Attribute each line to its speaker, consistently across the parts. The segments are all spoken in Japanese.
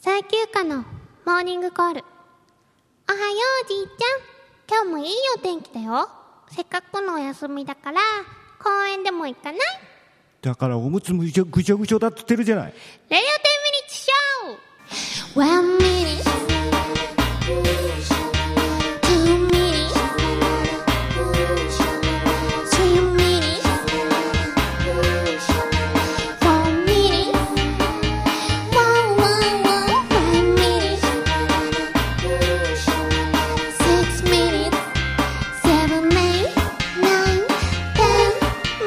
Speaker 1: 最休暇のモーニングコールおはようじいちゃん今日もいいお天気だよせっかくのお休みだから公園でも行かない
Speaker 2: だからおむつもぐちょぐちょぐちょだっつってるじゃない
Speaker 1: レディオ10ミニッツショー !1 ミニッツ !2 ミニッツ !3 ミニッツ !4 ミニッツ !1 ミニッツ !6 ミニッツ !7 ミニッツ !9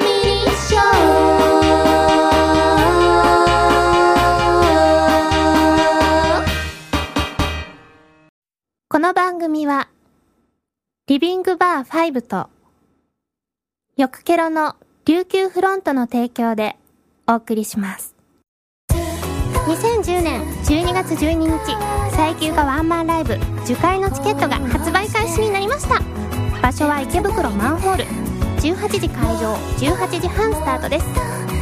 Speaker 1: ミニッツショー
Speaker 3: この番組は、リビングバー5と、よくケロの琉球フロントの提供でお送りします。
Speaker 1: 2010年12月12日最休がワンマンライブ受会のチケットが発売開始になりました場所は池袋マンホール18時開場18時半スタートです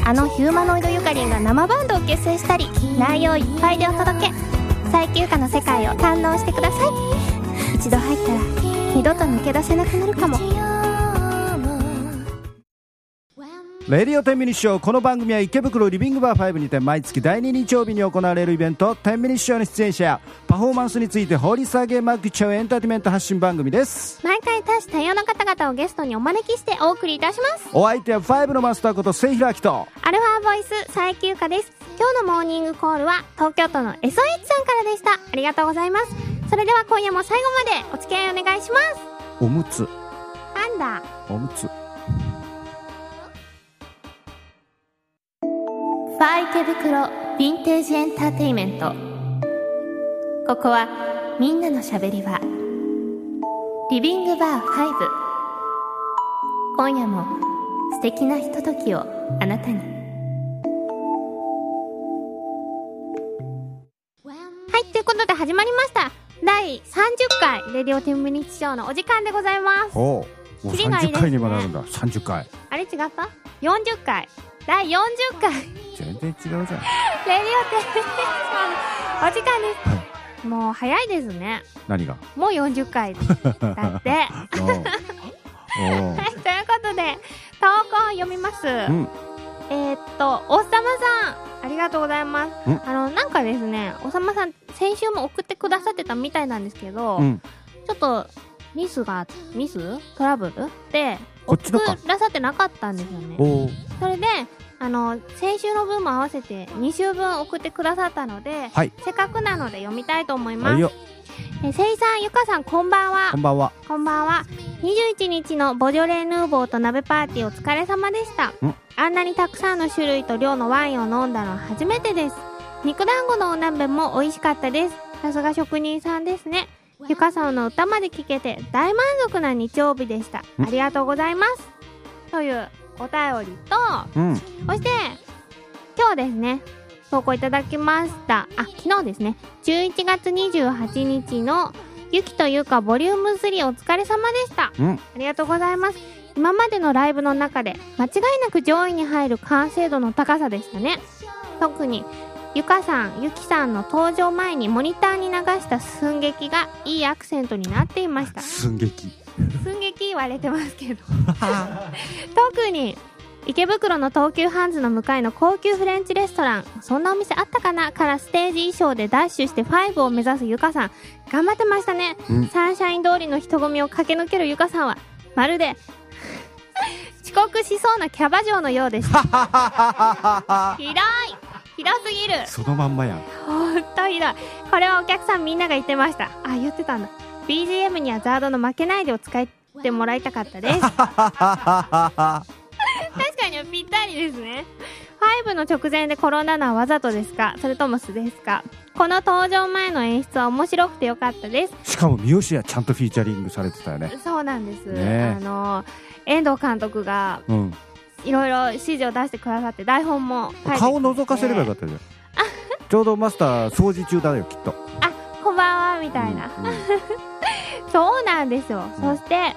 Speaker 1: あのヒューマノイドゆかりんが生バンドを結成したり内容いっぱいでお届け最休暇の世界を堪能してください一度入ったら二度と抜け出せなくなるかも
Speaker 2: レディオ10ミニッショーこの番組は池袋リビングバー5にて毎月第2日曜日に行われるイベント10ミニッショーの出演者やパフォーマンスについて掘り下げまくっちゃうエンターテインメント発信番組です
Speaker 1: 毎回多種多様な方々をゲストにお招きしてお送りいたします
Speaker 2: お相手は5のマスターこと末広明と
Speaker 1: アルファボイス最休暇です。今日のモーニングコールは東京都の SOH さんからでした。ありがとうございます。それでは今夜も最後までお付き合いお願いします。
Speaker 2: おむつ
Speaker 1: パンダ。
Speaker 2: おむつ
Speaker 3: ファー池袋ヴィンテージエンターテイメント。ここは、みんなのしゃべり場。リビングバー5。今夜も素敵なひとときをあなたに。
Speaker 1: はい、ということで始まりました。第30回、レディオテンミニッツショーのお時間でございます。
Speaker 2: おうもう
Speaker 1: キリがいいで
Speaker 2: 30
Speaker 1: すね
Speaker 2: 回にもなるんだ30回
Speaker 1: あれ違った ?40 回。第40回、レディオテンミニッツ
Speaker 2: 全然違うじゃん
Speaker 1: ショーのお時間です。もう早いですね。
Speaker 2: 何が
Speaker 1: もう40回 だって。はい、
Speaker 2: おうおう
Speaker 1: ということで、投稿を読みます。
Speaker 2: うん
Speaker 1: えーっと、おっさまさん、ありがとうございます
Speaker 2: ん。
Speaker 1: あの、なんかですね、おっさまさん、先週も送ってくださってたみたいなんですけど、
Speaker 2: うん
Speaker 1: ちょっと、ミスが、ミストラブルで、
Speaker 2: こっちのか
Speaker 1: 送ってくださってなかったんですよね。
Speaker 2: おう
Speaker 1: それで、あの、先週の分も合わせて2週分送ってくださったので、
Speaker 2: はい
Speaker 1: せっかくなので読みたいと思い
Speaker 2: あ
Speaker 1: ま
Speaker 2: いい
Speaker 1: す。
Speaker 2: よ
Speaker 1: え、せいさん、ゆかさん、こんばんは
Speaker 2: こん。ばんは
Speaker 1: こんばんは。21日のボジョレ・ヌーボーと鍋パーティーお疲れ様でした
Speaker 2: ん。
Speaker 1: あんなにたくさんの種類と量のワインを飲んだのは初めてです。肉団子のお鍋も美味しかったです。さすが職人さんですね。ゆかさんの歌まで聴けて大満足な日曜日でした。
Speaker 2: ん
Speaker 1: ありがとうございます。というお便りと、
Speaker 2: うん
Speaker 1: そして、今日ですね、投稿いただきました。あ、昨日ですね。11月28日の、ゆきとゆかボリューム3お疲れ様でした。
Speaker 2: うん
Speaker 1: ありがとうございます。今までのライブの中で、間違いなく上位に入る完成度の高さでしたね。特に、ゆかさん、ゆきさんの登場前にモニターに流した寸劇がいいアクセントになっていました。
Speaker 2: 寸劇
Speaker 1: 寸劇言われてますけど特に池袋の東急ハンズの向かいの高級フレンチレストランそんなお店あったかなからステージ衣装でダッシュして5を目指すゆかさん頑張ってましたね、
Speaker 2: うん
Speaker 1: サンシャイン通りの人混みを駆け抜けるゆかさんはまるで遅刻しそうなキャバ嬢のようで したひどいひどすぎる
Speaker 2: そのまんま やん
Speaker 1: ほんとひどい。これはお客さんみんなが言ってました。あ、言ってたんだ。BGM にはザードの負けないでを使ってもらいたかったです。確かにぴったりですね。5の直前で転んだのはわざとですかそれとも素ですかこの登場前の演出は面白くてよかったです。
Speaker 2: しかも三好やちゃんとフィーチャリングされてたよね
Speaker 1: そうなんです。
Speaker 2: ねえ
Speaker 1: あの、遠藤監督が
Speaker 2: うん
Speaker 1: いろいろ指示を出してくださって台本も書いてくれて
Speaker 2: 顔覗かせればよかったじゃんちょうどマスター掃除中だよきっと
Speaker 1: こんばんは、みたいな。
Speaker 2: うんうん
Speaker 1: そうなんですよ。
Speaker 2: うん
Speaker 1: そして、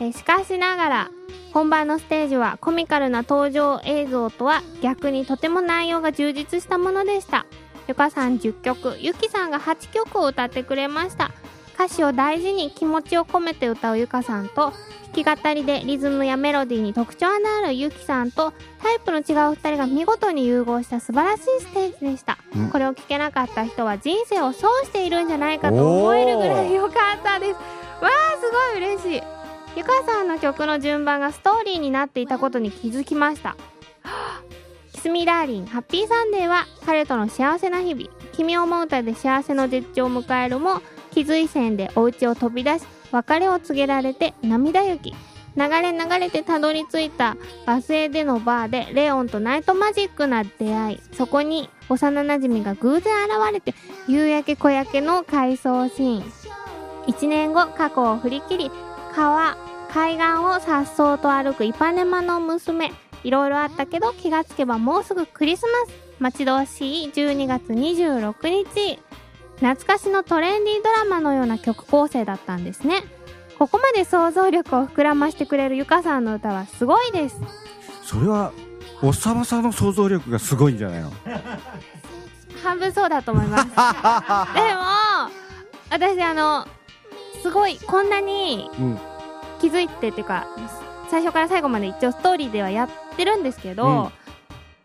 Speaker 1: えーしかしながら、本番のステージはコミカルな登場映像とは逆にとても内容が充実したものでした。ゆかさん10曲ゆきさんが8曲を歌ってくれました歌詞を大事に気持ちを込めて歌うゆかさんと弾き語りでリズムやメロディーに特徴のあるゆきさんとタイプの違う2人が見事に融合した素晴らしいステージでした、
Speaker 2: うん
Speaker 1: これを聴けなかった人は人生を損しているんじゃないかと思えるぐらい良かったですわあすごい嬉しいゆかさんの曲の順番がストーリーになっていたことに気づきましたはあキスミダーリンハッピーサンデーは彼との幸せな日々君を思うたで幸せの絶頂を迎えるも気づい線でお家を飛び出し別れを告げられて涙行き流れ流れてたどり着いたバスへでのバーでレオンとナイトマジックな出会いそこに幼なじみが偶然現れて夕焼け小焼けの回想シーン1年後過去を振り切り川海岸をさっそうと歩くイパネマの娘いろいろあったけど気がつけばもうすぐクリスマス待ち遠しい12月26日懐かしのトレンディードラマのような曲構成だったんですねここまで想像力を膨らましてくれるゆかさんの歌はすごいです
Speaker 2: それはおっさまさんの想像力がすごいんじゃないの
Speaker 1: 半分そうだと思いますでも私あのすごいこんなに
Speaker 2: うん
Speaker 1: 気づいてっていうか最初から最後まで一応ストーリーではやってるんですけど、
Speaker 2: うん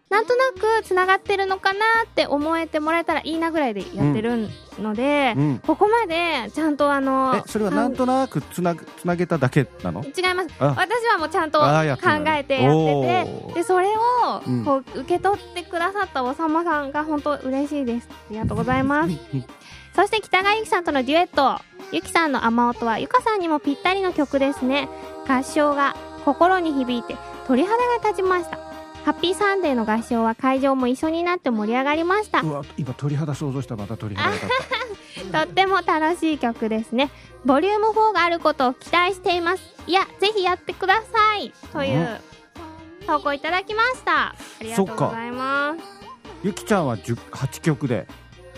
Speaker 1: なんとなくつながってるのかなって思えてもらえたらいいなぐらいでやってるので、
Speaker 2: うん
Speaker 1: ここまでちゃんとあの
Speaker 2: えそれはなんとなくつなぐつなげただけなの
Speaker 1: 違います
Speaker 2: あ
Speaker 1: 私はもうちゃんと考
Speaker 2: あーやってんだ
Speaker 1: えてやって
Speaker 2: おー
Speaker 1: てでそれを
Speaker 2: うん
Speaker 1: こう受け取ってくださったおさまさんが本当嬉しいですありがとうございますそして北川由紀さんとのデュエット由紀さんの雨音は由香さんにもぴったりの曲ですね合唱が心に響いて鳥肌が立ちましたハッピーサンデーの合唱は会場も一緒になって盛り上がりました
Speaker 2: うわ今鳥肌想像したまた鳥肌が立 った
Speaker 1: とっても楽しい曲ですねボリューム4があることを期待していますいやぜひやってくださいというう投稿いただきましたありがとうございま
Speaker 2: ゆきちゃんは10 8曲で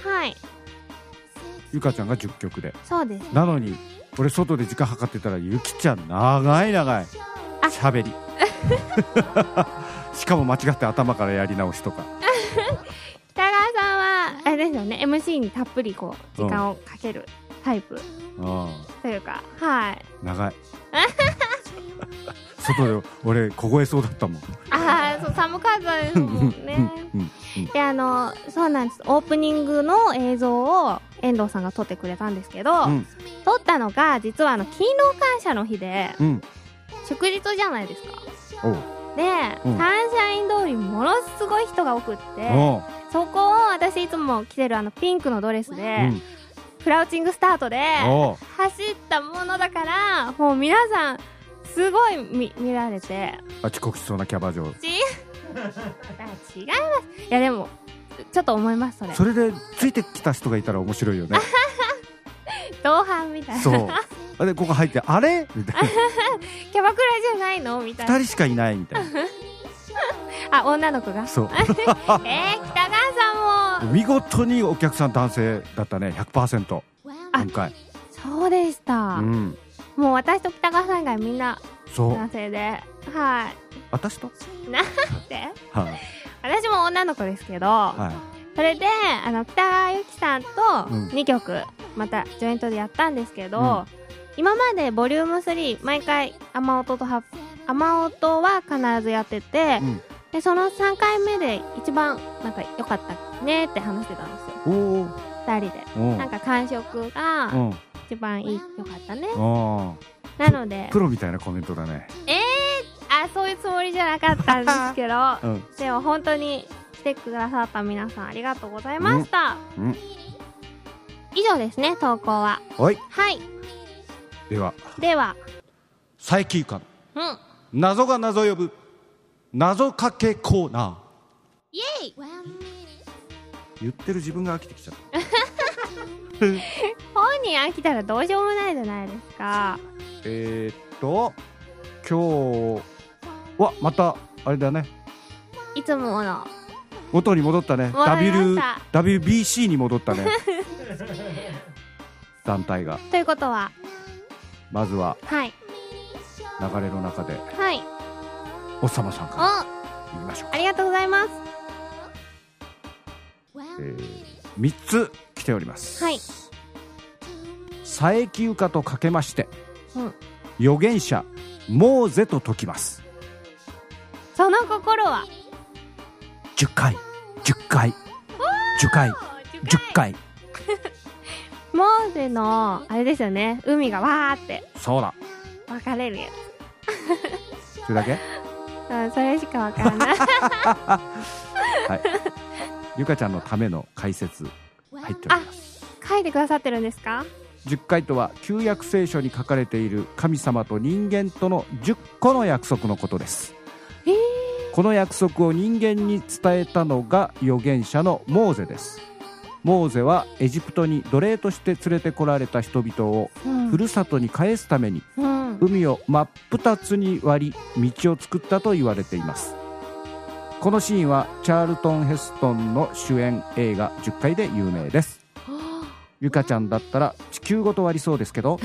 Speaker 2: す
Speaker 1: はい
Speaker 2: ゆかちゃんが10曲で
Speaker 1: そうです
Speaker 2: なのに俺外で時間計ってたらゆきちゃん長い長い
Speaker 1: あ
Speaker 2: 喋り しかも間違って頭からやり直しとか
Speaker 1: 北川さんはあれですよね MC にたっぷりこう時間をかけるタイプ
Speaker 2: うん
Speaker 1: というか、はい
Speaker 2: 長い外で俺凍えそうだったもん
Speaker 1: ああそう寒かったですもんね
Speaker 2: うんうんうん
Speaker 1: であのそうなんですオープニングの映像を遠藤さんが撮ってくれたんですけど、
Speaker 2: うん
Speaker 1: 撮ったのが実はあの勤労感謝の日で
Speaker 2: うん
Speaker 1: 祝日じゃないですか
Speaker 2: おう
Speaker 1: で、
Speaker 2: うん
Speaker 1: サンシャイン通りものすごい人が多くって
Speaker 2: おう
Speaker 1: そこを私いつも着てるあのピンクのドレスで、
Speaker 2: うん
Speaker 1: クラウチングスタートで
Speaker 2: おう
Speaker 1: 走ったものだからもう皆さんすごい見見られて
Speaker 2: あ遅刻しそうなキャバ嬢
Speaker 1: ちあ違いますいやでもちょっと思いますそれ
Speaker 2: それでついてきた人がいたら面白いよね
Speaker 1: 同伴みたいなキ
Speaker 2: そうあでここ入ってあれみたい
Speaker 1: ャバクラじゃないのみた
Speaker 2: ない
Speaker 1: な
Speaker 2: 2人しかいないみたいな
Speaker 1: あ女の子が
Speaker 2: そう
Speaker 1: えー、北川さんも
Speaker 2: 見事にお客さん男性だったね100%
Speaker 1: あ
Speaker 2: 今回
Speaker 1: そうでした、
Speaker 2: うん
Speaker 1: もう私と北川さん以外みんな
Speaker 2: そう
Speaker 1: 男性ではい
Speaker 2: 私と
Speaker 1: で
Speaker 2: はい
Speaker 1: 私も女の子ですけど、
Speaker 2: は
Speaker 1: それであの北川由紀さんと
Speaker 2: うん
Speaker 1: 2曲、またジョイントでやったんですけど、
Speaker 2: うん
Speaker 1: 今までボリューム3毎回雨音とは雨音は必ずやってて、
Speaker 2: いうん
Speaker 1: でその3回目で一番なんか良かったねって話してたんですよ
Speaker 2: おー
Speaker 1: 2人で。
Speaker 2: お
Speaker 1: なん
Speaker 2: ー
Speaker 1: か感触
Speaker 2: う
Speaker 1: が
Speaker 2: ん
Speaker 1: 一番いい良かったね、
Speaker 2: あ
Speaker 1: なので
Speaker 2: プロみたいなコメントだね
Speaker 1: あそういうつもりじゃなかったんです けど
Speaker 2: うん
Speaker 1: でも本当に来てくださった皆さんありがとうございました、
Speaker 2: うんうん
Speaker 1: 以上ですね投稿は
Speaker 2: はい
Speaker 1: はい
Speaker 2: では
Speaker 1: では
Speaker 2: サイキー感
Speaker 1: うん
Speaker 2: 謎が謎を呼ぶ謎かけコーナ
Speaker 1: イエイ
Speaker 2: ー言ってる自分が飽きてきちゃった
Speaker 1: 本人飽きたらどうしようもないじゃないですか
Speaker 2: えー、っと今日はまたあれだね
Speaker 1: いつもの
Speaker 2: 元に戻ったね
Speaker 1: 戻り
Speaker 2: w
Speaker 1: まし
Speaker 2: WBC に戻ったね 団体が
Speaker 1: ということは
Speaker 2: まずは
Speaker 1: はい
Speaker 2: 流れの中で
Speaker 1: はい
Speaker 2: おっさまさん
Speaker 1: お
Speaker 2: から
Speaker 1: あ
Speaker 2: 言いましょう
Speaker 1: りがとうございます
Speaker 2: えー3つ来ております
Speaker 1: はい
Speaker 2: 佐伯ゆかとかけまして、
Speaker 1: うん
Speaker 2: 預言者モーゼと解きます
Speaker 1: その心は
Speaker 2: 10回10回10回10回
Speaker 1: モーゼのあれですよね海がわーって
Speaker 2: そうだ
Speaker 1: 分かれるや
Speaker 2: それだけ
Speaker 1: つ、うん、それしか分から ない
Speaker 2: ゆかちゃんのための解説入っております
Speaker 1: 書いてくださってるんですか
Speaker 2: 10回とは旧約聖書に書かれている神様と人間との10個の約束のことです、
Speaker 1: えー
Speaker 2: この約束を人間に伝えたのが預言者のモーゼですモーゼはエジプトに奴隷として連れてこられた人々を
Speaker 1: うん
Speaker 2: ふるさとに返すために
Speaker 1: うん
Speaker 2: 海を真っ二つに割り道を作ったと言われていますこのシーンはチャールトン・ヘストンの主演映画10回で有名ですゆかちゃんだったら地球ごと割りそうですけど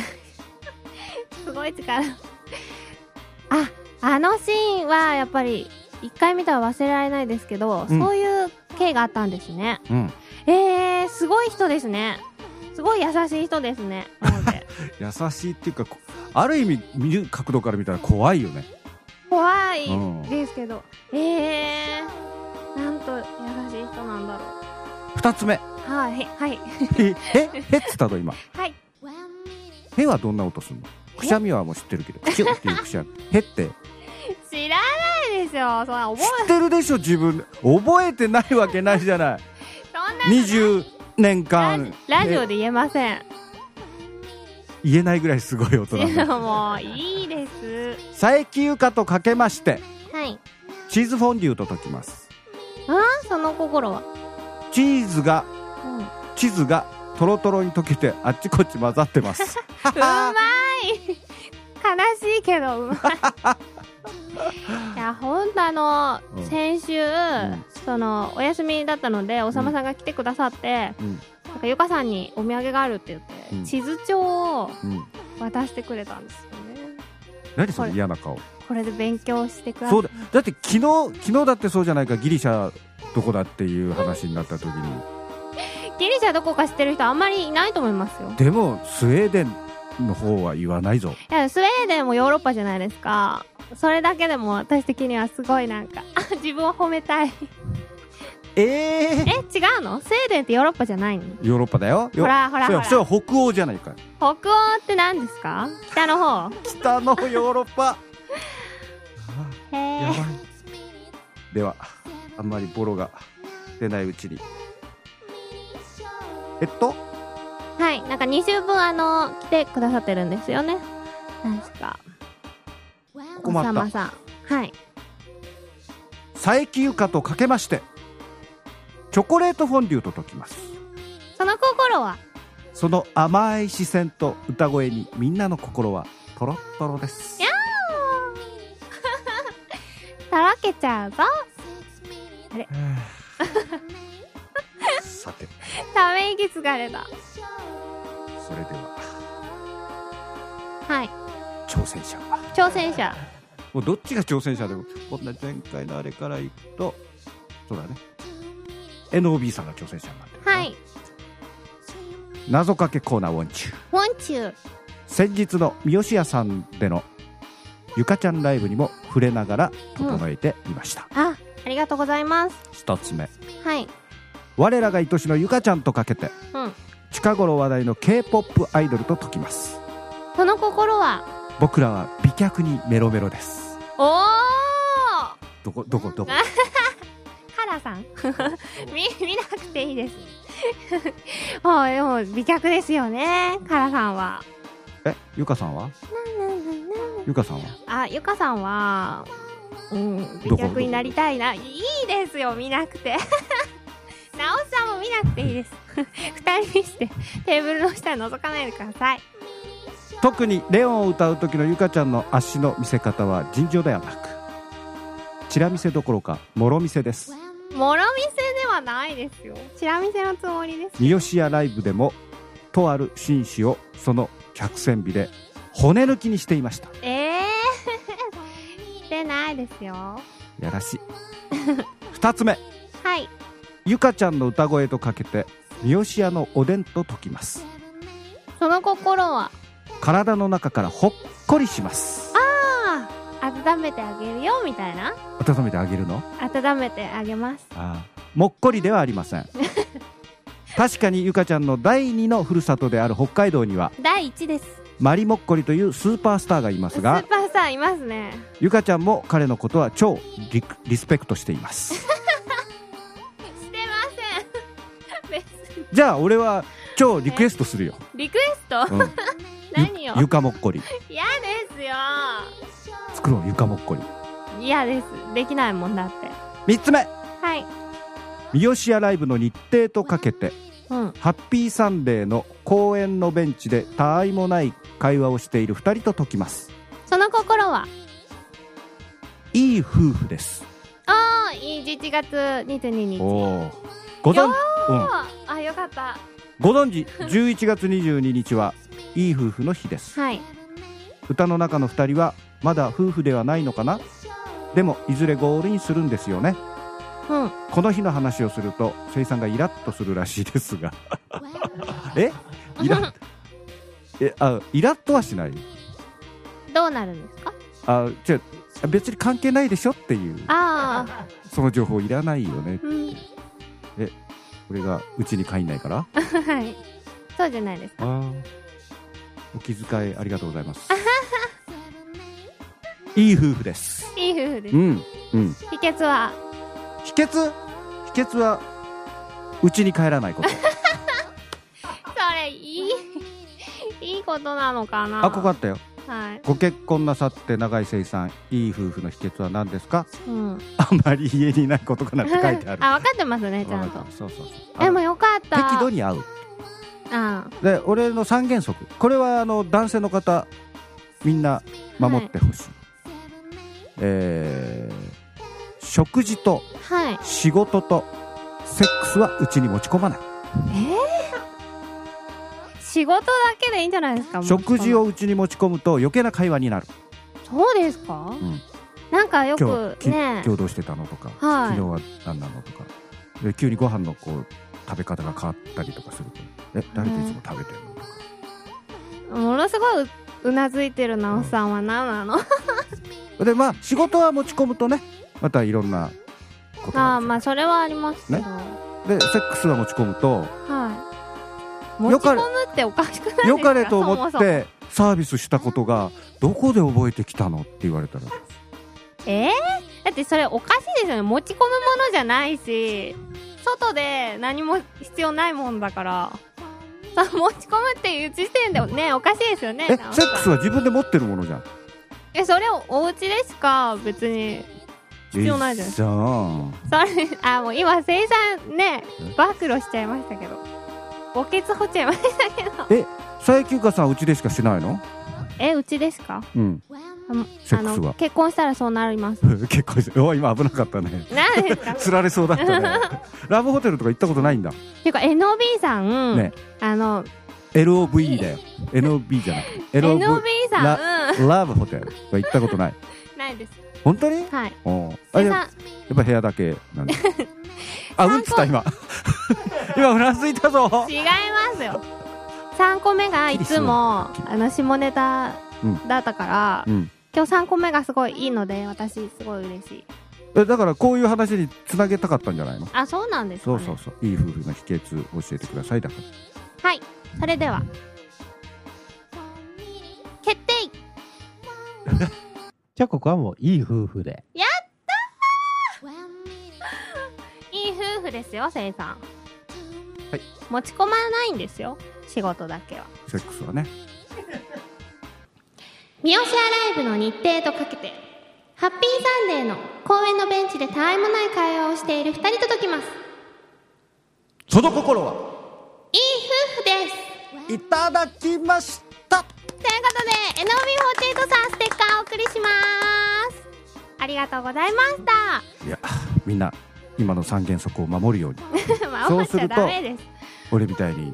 Speaker 1: すごい力ああのシーンはやっぱり一回見たら忘れられないですけど、
Speaker 2: うん
Speaker 1: そういう経緯があったんですね
Speaker 2: うん
Speaker 1: えー、すごい人ですねすごい優しい人ですねなの で
Speaker 2: 優しいっていうかこある意味見る角度から見たら怖いよね
Speaker 1: 怖い
Speaker 2: うん
Speaker 1: ですけど、えー、なんと優しい人なんだろ
Speaker 2: 2つ目
Speaker 1: うはいはい
Speaker 2: へへへっつったぞ今
Speaker 1: はい
Speaker 2: へはどんな音するのくしゃみはもう知ってる けどくしゅっていうくしゃみへって
Speaker 1: 知らないですよそんな覚
Speaker 2: 知ってるでしょ自分覚えてないわけないじゃない
Speaker 1: えそんな
Speaker 2: 20年間
Speaker 1: ラジオ
Speaker 2: ね
Speaker 1: で言えません
Speaker 2: 言えないぐらいすごい音なん だ
Speaker 1: もういいです
Speaker 2: 佐伯ゆかとかけまして
Speaker 1: はい
Speaker 2: チーズフォンデュと解きます
Speaker 1: あその心は、
Speaker 2: チーズが
Speaker 1: うん
Speaker 2: 地図がトロトロに溶けてあっちこっち混ざってます
Speaker 1: うまい悲しいけ どうまいいやほんとあの、
Speaker 2: うん
Speaker 1: 先週、
Speaker 2: ん
Speaker 1: そのお休みだったのでおさまさんが来てくださって、
Speaker 2: うん
Speaker 1: なんかゆかさんにお土産があるって言って、
Speaker 2: うん
Speaker 1: 地図帳を
Speaker 2: うん
Speaker 1: 渡してくれたんですよね
Speaker 2: 何その嫌な顔
Speaker 1: これで勉強してくださ
Speaker 2: そ
Speaker 1: いう
Speaker 2: だだって昨日昨日だってそうじゃないかギリシャどこだっていう話になった時に
Speaker 1: ギリシャどこか知ってる人あんまりいないと思いますよ
Speaker 2: でもスウェーデンの方は言わないぞ
Speaker 1: いやスウェーデンもヨーロッパじゃないですかそれだけでも私的にはすごいなんか自分を褒めたい
Speaker 2: え
Speaker 1: え
Speaker 2: え
Speaker 1: 違うのスウェーデンってヨーロッパじゃないの
Speaker 2: ヨーロッパだよよ
Speaker 1: ほらほらほ
Speaker 2: それ
Speaker 1: ら
Speaker 2: はそれは北欧じゃないか
Speaker 1: 北欧って何ですか北の方
Speaker 2: 北のヨーロッ パ
Speaker 1: へ
Speaker 2: あやばい
Speaker 1: え
Speaker 2: ではあんまりボロが出ないうちにえっと
Speaker 1: はいなんか2週分あの来てくださってるんですよね確か
Speaker 2: 困った
Speaker 1: おさまさんはい
Speaker 2: 佐伯ゆかとかけましてチョコレートフォンデュと解きます
Speaker 1: その心は
Speaker 2: その甘い視線と歌声にみんなの心はトロットロです
Speaker 1: たらけちゃうぞ
Speaker 2: さて
Speaker 1: ため息つがれだ
Speaker 2: それでは
Speaker 1: はい
Speaker 2: 挑戦者
Speaker 1: 挑戦者
Speaker 2: もうどっちが挑戦者でもこんな前回のあれからいくとそうだね NOB さんが挑戦者になってる
Speaker 1: はい
Speaker 2: 謎かけコーナーウォンチュー
Speaker 1: ウォンチュー
Speaker 2: 先日の三好屋さんでのゆかちゃんライブにも触れながら整えてみました、
Speaker 1: あありがとうございます
Speaker 2: 一つ目
Speaker 1: はい
Speaker 2: 我らが愛しのゆかちゃんとかけて
Speaker 1: うん
Speaker 2: 近頃話題の k p o p アイドルと解きます
Speaker 1: その心は
Speaker 2: 僕らは美脚にメロメロです
Speaker 1: おお
Speaker 2: どこどこどこ
Speaker 1: カラさん見見なくていいですああでも美脚ですよねカラさんは
Speaker 2: えゆかさんはゆかさんは
Speaker 1: あゆかさんはうん
Speaker 2: ど
Speaker 1: 美
Speaker 2: こ
Speaker 1: 脚になりたいないいですよ見なくて なおさんも見なくていいです 二人見してテーブルの下覗かないでください
Speaker 2: 特にレオンを歌う時のゆかちゃんの足の見せ方は尋常ではなくチラ見せどころかもろ見せです
Speaker 1: もろ見せではないですよチラ見せのつもりです
Speaker 2: 三好屋ライブでもとある紳士をその客船日で骨抜きにしていました
Speaker 1: ええー、 してないですよは
Speaker 2: やらしい二つ目
Speaker 1: い
Speaker 2: ゆかちゃんの歌声とかけて三好屋のおでんと解きます
Speaker 1: その心は
Speaker 2: 体の中からほっこりします
Speaker 1: ああ温めてあげるよみたいな
Speaker 2: 温めてあげるの
Speaker 1: 温めてあげます
Speaker 2: ああもっこりではありま せん確かにゆかちゃんの第二のふるさとである北海道には
Speaker 1: 第1です
Speaker 2: マリモッコリというスーパースターがいま
Speaker 1: ス
Speaker 2: す
Speaker 1: ーパ
Speaker 2: が
Speaker 1: ーさんいますね
Speaker 2: ゆかちゃんも彼のことは超リリスペクトしています
Speaker 1: してません別に
Speaker 2: じゃあ俺は超リクエストするよ、
Speaker 1: リクエスト
Speaker 2: うん、
Speaker 1: 何を
Speaker 2: ゆかもっこり
Speaker 1: 嫌ですよ
Speaker 2: 作ろうゆかもっこり
Speaker 1: 嫌ですできないもんだって
Speaker 2: 3つ目
Speaker 1: はい
Speaker 2: 三好屋ライブの日程とかけて
Speaker 1: うん
Speaker 2: ハッピーサンデーの公園のベンチでたわいもない会話をしている2人と解きます
Speaker 1: その心はい
Speaker 2: い夫婦です
Speaker 1: ああいい11月22日
Speaker 2: おご存
Speaker 1: よ
Speaker 2: 知、うん、
Speaker 1: ああよかった
Speaker 2: ご存知11月22日はいい夫婦の日です
Speaker 1: はい
Speaker 2: 歌の中の2人はまだ夫婦ではないのかなでもいずれゴールインするんですよね
Speaker 1: うん
Speaker 2: この日の話をすると生産がイラッとするらしいですがえイラッえあイラッとはしない
Speaker 1: どうなるんですか
Speaker 2: あじゃあ別に関係ないでしょっていう
Speaker 1: ああ
Speaker 2: その情報いらないよね
Speaker 1: うん
Speaker 2: 俺がうちに帰んないから
Speaker 1: はいそうじゃないですか
Speaker 2: あお気遣いありがとうございますいい夫婦です
Speaker 1: いい夫婦で
Speaker 2: う
Speaker 1: す
Speaker 2: んうん
Speaker 1: 秘訣は
Speaker 2: 秘訣秘訣はうちに帰らないこと
Speaker 1: それいいいいことなのかな
Speaker 2: あここあったよ
Speaker 1: はい
Speaker 2: ご結婚なさって永井誠さんいい夫婦の秘訣は何ですか
Speaker 1: うん
Speaker 2: あまり家にいないことかなって書いてある
Speaker 1: あ分かってますねちゃん
Speaker 2: わ
Speaker 1: と
Speaker 2: かるそうそうそう
Speaker 1: でも
Speaker 2: あの
Speaker 1: よかった
Speaker 2: 適度に合う
Speaker 1: うん
Speaker 2: で俺の三原則これはあの男性の方みんな守ってほしい、えー食事と
Speaker 1: はい
Speaker 2: 仕事とセックスはうちに持ち込まない
Speaker 1: 仕事だけでいいんじゃないですかもう
Speaker 2: 食事をうちに持ち込むと余計な会話になる、
Speaker 1: そうですか、
Speaker 2: ん
Speaker 1: なんかよ
Speaker 2: 今
Speaker 1: く
Speaker 2: 日き
Speaker 1: ね
Speaker 2: 今日どうしてたのとか、
Speaker 1: はい
Speaker 2: 昨日は何なのとかで急にご飯のこう食べ方が変わったりとかすると「え誰といつも食べてるの?」とか
Speaker 1: ものすごいううなずいてるなおさんは何なの
Speaker 2: でまあ仕事は持ち込むとねまたいろんなことが
Speaker 1: あ
Speaker 2: あ
Speaker 1: あ
Speaker 2: るじゃん
Speaker 1: まあそれはありますけど、
Speaker 2: ねでセックスは持ち込むと
Speaker 1: はい持
Speaker 2: よ
Speaker 1: ち
Speaker 2: か
Speaker 1: 込
Speaker 2: れ
Speaker 1: むっておかしくないですか
Speaker 2: 良かれと思っ
Speaker 1: そもそも
Speaker 2: てサービスしたことがどこで覚えてきたのって言われたら
Speaker 1: えー、だってそれおかしいですよね持ち込むものじゃないし外で何も必要ないもんだから さ持ち込むっていう時点でねおかしいですよね
Speaker 2: えセッ
Speaker 1: な
Speaker 2: ク
Speaker 1: んか
Speaker 2: スは自分で持ってるものじゃん
Speaker 1: えそれをお家でしか別に必要ないじゃん
Speaker 2: えじゃん
Speaker 1: それあもう今生産ね暴露しちゃいましたけどおケツ掘っちゃいました けど
Speaker 2: 佐伯優香さんはうちでしかしないの
Speaker 1: えうちですか
Speaker 2: うんセ
Speaker 1: あ
Speaker 2: ックス
Speaker 1: の
Speaker 2: は
Speaker 1: 結婚したらそうなります
Speaker 2: 結構ですお今危なかったね
Speaker 1: なんです か
Speaker 2: 釣られそうだった ねラブホテルとか行ったことないんだ
Speaker 1: ていうか NOB さん、
Speaker 2: ね
Speaker 1: あの
Speaker 2: LOV だよ NOB じゃなくて
Speaker 1: NOB
Speaker 2: LOV
Speaker 1: さん、うん、
Speaker 2: ラブホテルは行ったことない
Speaker 1: ないです
Speaker 2: 本当に
Speaker 1: はい
Speaker 2: おうあ
Speaker 1: 生
Speaker 2: い
Speaker 1: 産
Speaker 2: ややっぱ部屋だけ なんだあうんっつった 今今フランスいたぞ
Speaker 1: 違いますよ3個目がいつもあの下ネタ
Speaker 2: うん
Speaker 1: だったから、
Speaker 2: うん
Speaker 1: 今日3個目がすごいいいので私すごい嬉しい
Speaker 2: えだからこういう話につなげたかったんじゃないの
Speaker 1: あそうなんですか、
Speaker 2: そ
Speaker 1: ね、
Speaker 2: うそうそういい夫婦の秘訣教えてくださいだか
Speaker 1: はいそれでは決定
Speaker 4: じゃあここはもういい夫婦で。
Speaker 1: いい夫婦ですよせいさん
Speaker 2: はい
Speaker 1: 持ち込まないんですよ仕事だけは
Speaker 2: らセックスはね
Speaker 1: 三好アライブの日程とかけてハッピーサンデーの公園のベンチでたわいもない会話をしている2人と解きます
Speaker 2: その心はい
Speaker 1: い夫婦です
Speaker 2: いただきました
Speaker 1: ということで NOB48 さんステッカーをお送りしますありがとうございまし
Speaker 2: いやみんな今の三原則を守るように
Speaker 1: た まあ
Speaker 2: そ
Speaker 1: お
Speaker 2: う
Speaker 1: っ
Speaker 2: す
Speaker 1: ちゃ
Speaker 2: ると
Speaker 1: ダメです
Speaker 2: 俺みたいに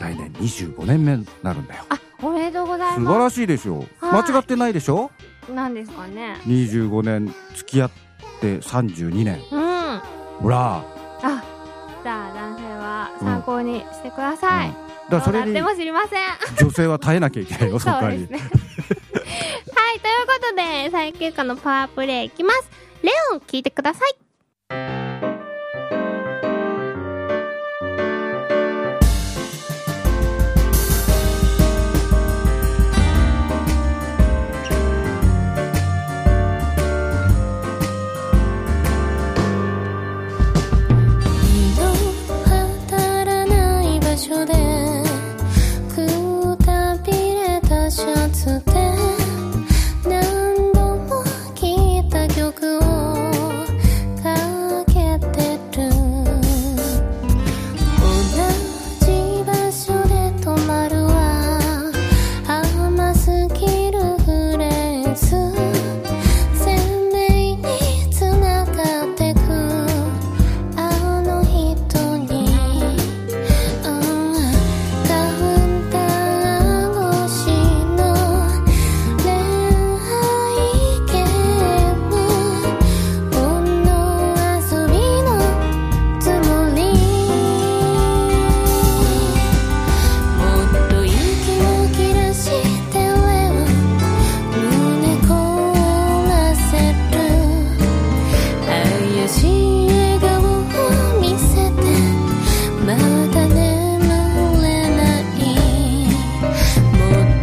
Speaker 2: 来年25年目になるんだよ
Speaker 1: あおめでとうござい
Speaker 2: 素
Speaker 1: ま
Speaker 2: 晴らしいでしょ間
Speaker 1: はい
Speaker 2: 違ってないでしょ
Speaker 1: すなんですかね
Speaker 2: 25年付き合って32年
Speaker 1: うんあ
Speaker 2: ほら
Speaker 1: じゃあ男性は
Speaker 2: うん
Speaker 1: 参考にしてください、
Speaker 2: だからそ
Speaker 1: どう
Speaker 2: れ
Speaker 1: なって
Speaker 2: に
Speaker 1: も知りません
Speaker 2: 女性は耐えなきゃいけないよそこ
Speaker 1: そうで
Speaker 2: に
Speaker 1: すね はいということで最休暇のパワープレイいきますレオン聞いてください
Speaker 5: 当たらない場所でくたびれたシャツで何度も聴いた曲をかけてる同じ場所で止まるは甘すぎるフレーズ鮮明に繋がってくあの人にカウンター越しの恋愛ゲームこの遊びのつもりもっと息を切らしてレオ胸凍らせる 怪しい笑顔を見せてまだ眠れないもっ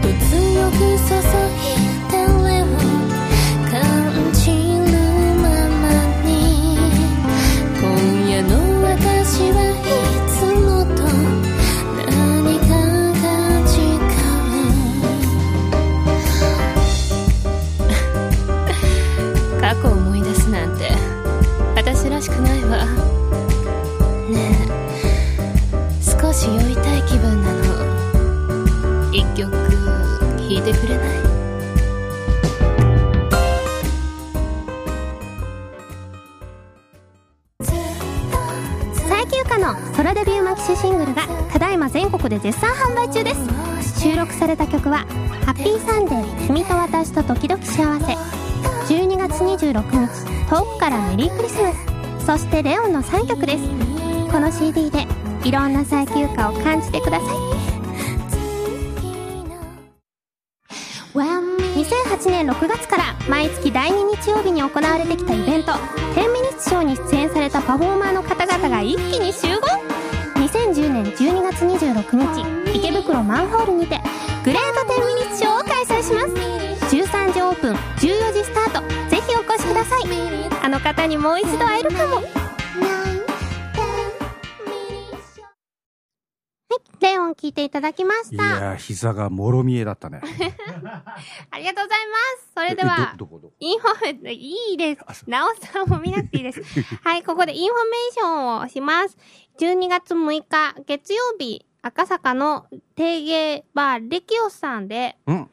Speaker 5: と強く注いでれを感じるままに今夜の私はいつもと何かが違う過去を思い出すなんて私らしくないわねえ少し酔いたい気分なの一曲弾いてくれない
Speaker 6: 最休暇のソロデビューマキシシングルがただいま全国で絶賛販売中です収録された曲は「ハッピーサンデー君と私と時々幸せ」12月26日遠くからメリークリスマスそして「レオン」の3曲ですこの CD でいろんな最休暇を感じてください2008年6月から毎月第2日曜日に行われてきたイベント「10ミニッツショー」に出演されたパフォーマーの方々が一気に集合2010年12月26日池袋マンホールにてグレート10ミニッツショーを開催します13時オープン14時スタートぜひお越しくださいあの方にもう一度会えるかもはいレオン聞いていただきまし
Speaker 2: い
Speaker 6: た
Speaker 2: やー膝がもろ見えだったね
Speaker 1: ありがとうございますそれでは
Speaker 2: えどどこどこ
Speaker 1: インフォメ、いいです。なおさんも見なくていい です。はい、ここでインフォメーションをします。12月6日、月曜日、赤坂の定芸バーレキオスさんで、
Speaker 2: うん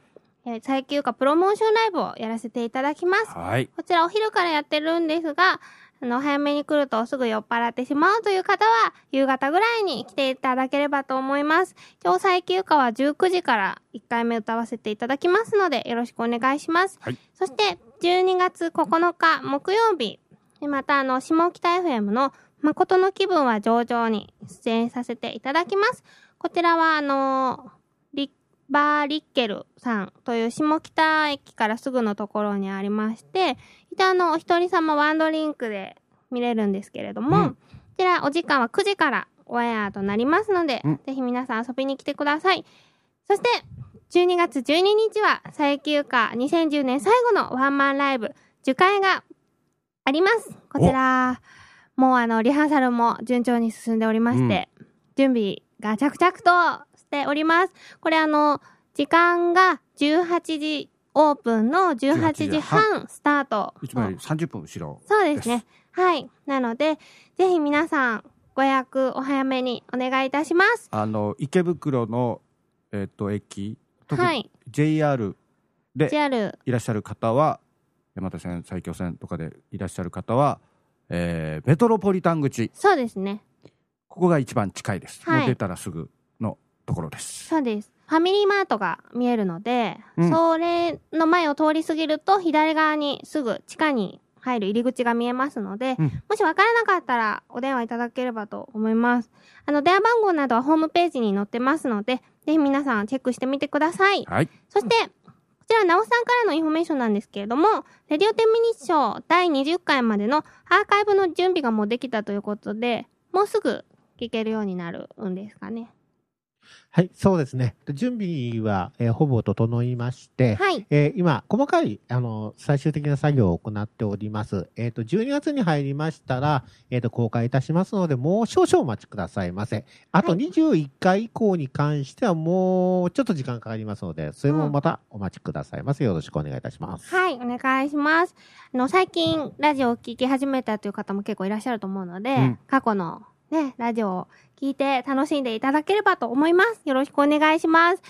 Speaker 1: えー最休暇プロモーションライブをやらせていただきます。
Speaker 2: はい
Speaker 1: こちらお昼からやってるんですが、あの、早めに来るとすぐ酔っ払ってしまうという方は、夕方ぐらいに来ていただければと思います。超最休暇は19時から1回目歌わせていただきますので、よろしくお願いします。
Speaker 2: はい
Speaker 1: そして、12月9日木曜日、またあの、下北 FM の誠の気分は上々に出演させていただきます。こちらはあのリバーリッケルさんという下北駅からすぐのところにありまして、一旦あのお一人様ワンドリンクで見れるんですけれども、
Speaker 2: うん
Speaker 1: こちらお時間は9時からオンエアとなりますので、
Speaker 2: うん
Speaker 1: ぜひ皆さん遊びに来てください。そして、12月12日は最休暇2010年最後のワンマンライブ受会があります。こちら、もうあの、リハーサルも順調に進んでおりまして、準備が着々としております。これあの、時間が18時オープンの18時半スタート。
Speaker 2: 一枚30分後ろ
Speaker 1: そうですね。はい。なので、ぜひ皆さん、ご予約お早めにお願いいたします。
Speaker 2: あの池袋のえっ、と駅特
Speaker 1: は
Speaker 2: に
Speaker 1: い。
Speaker 2: JR で
Speaker 1: JR
Speaker 2: いらっしゃる方は山手線埼京線とかでいらっしゃる方は、えーメトロポリタン口
Speaker 1: そうですね。
Speaker 2: ここが一番近いです、
Speaker 1: はい
Speaker 2: もう出たらすぐのところです
Speaker 1: そうです。ファミリーマートが見えるので、
Speaker 2: うん
Speaker 1: それの前を通り過ぎると、左側にすぐ地下に入る入り口が見えますので、
Speaker 2: うん
Speaker 1: もしわからなかったらお電話いただければと思います。あの、電話番号などはホームページに載ってますので、ぜひ皆さんチェックしてみてください。
Speaker 2: はい。
Speaker 1: そして、こちら、なおさんからのインフォメーションなんですけれども、レディオテミニッショー第20回までのアーカイブの準備がもうできたということで、もうすぐ聞けるようになるんですかね。
Speaker 4: はい、そうですね。で準備は、えーほぼ整いまして、
Speaker 1: はい。
Speaker 4: えー今、細かい、あの、最終的な作業を行っております。えっ、と、12月に入りましたら、えっ、と、公開いたしますので、もう少々お待ちくださいませ。あと、
Speaker 1: は
Speaker 4: 21回以降に関しては、もう、ちょっと時間かかりますので、それもまたお待ちくださいませ。よろしくお願いいたします。
Speaker 1: はい、お願いします。あの、最近、ラジオを聞き始めたという方も結構いらっしゃると思うので、
Speaker 2: うん
Speaker 1: 過去のね、ラジオを聞いて楽しんでいただければと思います。よろしくお願いします。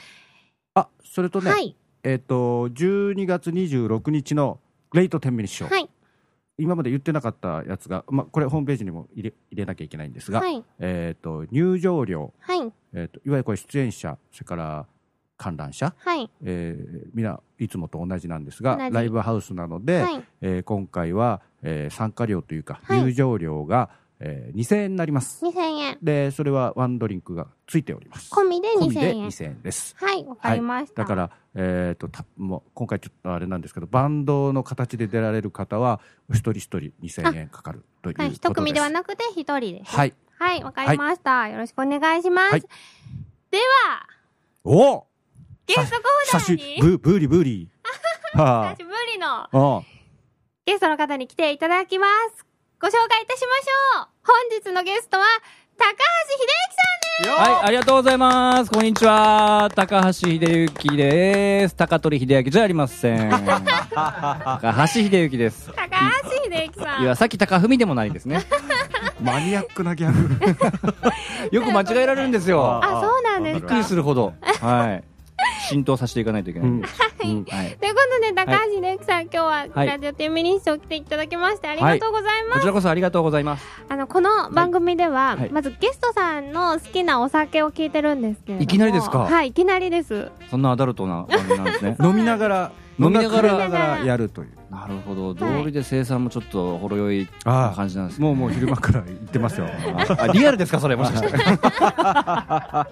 Speaker 2: あ、それとね、
Speaker 1: はい、
Speaker 2: えっ、と、12月26日のレイト10ミニッショー、
Speaker 1: はい、
Speaker 2: 今まで言ってなかったやつが、まあ、これホームページにも入れ入れなきゃいけないんですが、
Speaker 1: はい、
Speaker 2: えっ、と、入場料、
Speaker 1: はい、
Speaker 2: えっ、と、いわゆるこれ出演者、それから観覧者、
Speaker 1: はい、
Speaker 2: えー、みんないつもと同じなんですが
Speaker 1: 同じ
Speaker 2: ライブハウスなので、
Speaker 1: はい、
Speaker 2: えー今回は、えー参加料というか、
Speaker 1: はい
Speaker 2: 入場料が、えー2000円になります
Speaker 1: 2000円。
Speaker 2: でそれはワンドリンクがついております
Speaker 1: 込みで
Speaker 2: 込
Speaker 1: 2000
Speaker 2: みで
Speaker 1: 円。
Speaker 2: 2000円です
Speaker 1: はい、わかりました。
Speaker 2: だから、えー、とたもう今回ちょっとあれなんですけどバンドの形で出られる方はお一人一人2000円かかるということ
Speaker 1: はい、
Speaker 2: です、
Speaker 1: 一組ではなくて一人です。
Speaker 2: はい
Speaker 1: はい、わかりました、よろしくお願いします。
Speaker 2: はい
Speaker 1: では、
Speaker 2: おお
Speaker 1: ゲスト候補者
Speaker 2: 久し
Speaker 1: に、
Speaker 2: ぶりブーリブーリは
Speaker 1: 久しぶりの
Speaker 2: あうん
Speaker 1: ゲストの方に来ていただきます。ご紹介いたしましょう。本日のゲストは、高橋秀幸さんです
Speaker 7: はい、ありがとうございます。こんにちは。高橋秀幸です。高取秀明じゃありません。高橋秀幸です。
Speaker 1: 高橋秀幸さ
Speaker 7: い
Speaker 1: ん。
Speaker 7: や、さっき高文でもないですね。
Speaker 2: マニアックなギャグ
Speaker 7: よく間違えられるんですよ。
Speaker 1: あ、そうなんです
Speaker 7: びっく
Speaker 1: か
Speaker 7: り。するほど。はい。浸透させていかないといけないんで。
Speaker 2: うん
Speaker 7: はい。
Speaker 1: ということで、高橋秀幸さん、今日は
Speaker 7: はい
Speaker 1: ラジオテミニッショー来ていただきまして、ありがとうございます。
Speaker 7: こちらこそありがとうございます。
Speaker 1: あの、この番組では、
Speaker 7: はいはい
Speaker 1: まずゲストさんの好きなお酒を聞いてるんですけれども。
Speaker 7: いきなりですか
Speaker 1: はい、いきなりです。
Speaker 7: そんなアダルトな番組な
Speaker 2: 。
Speaker 7: んですね
Speaker 2: 飲みながら
Speaker 7: 飲みながら
Speaker 2: 音楽聴きながらやるという
Speaker 7: なるほど。道理で生産もちょっとほろ酔い
Speaker 2: あ
Speaker 7: な感じなんですね
Speaker 2: もうもう昼間から言ってますよ。
Speaker 7: あリアルですかそれもしかして。
Speaker 1: は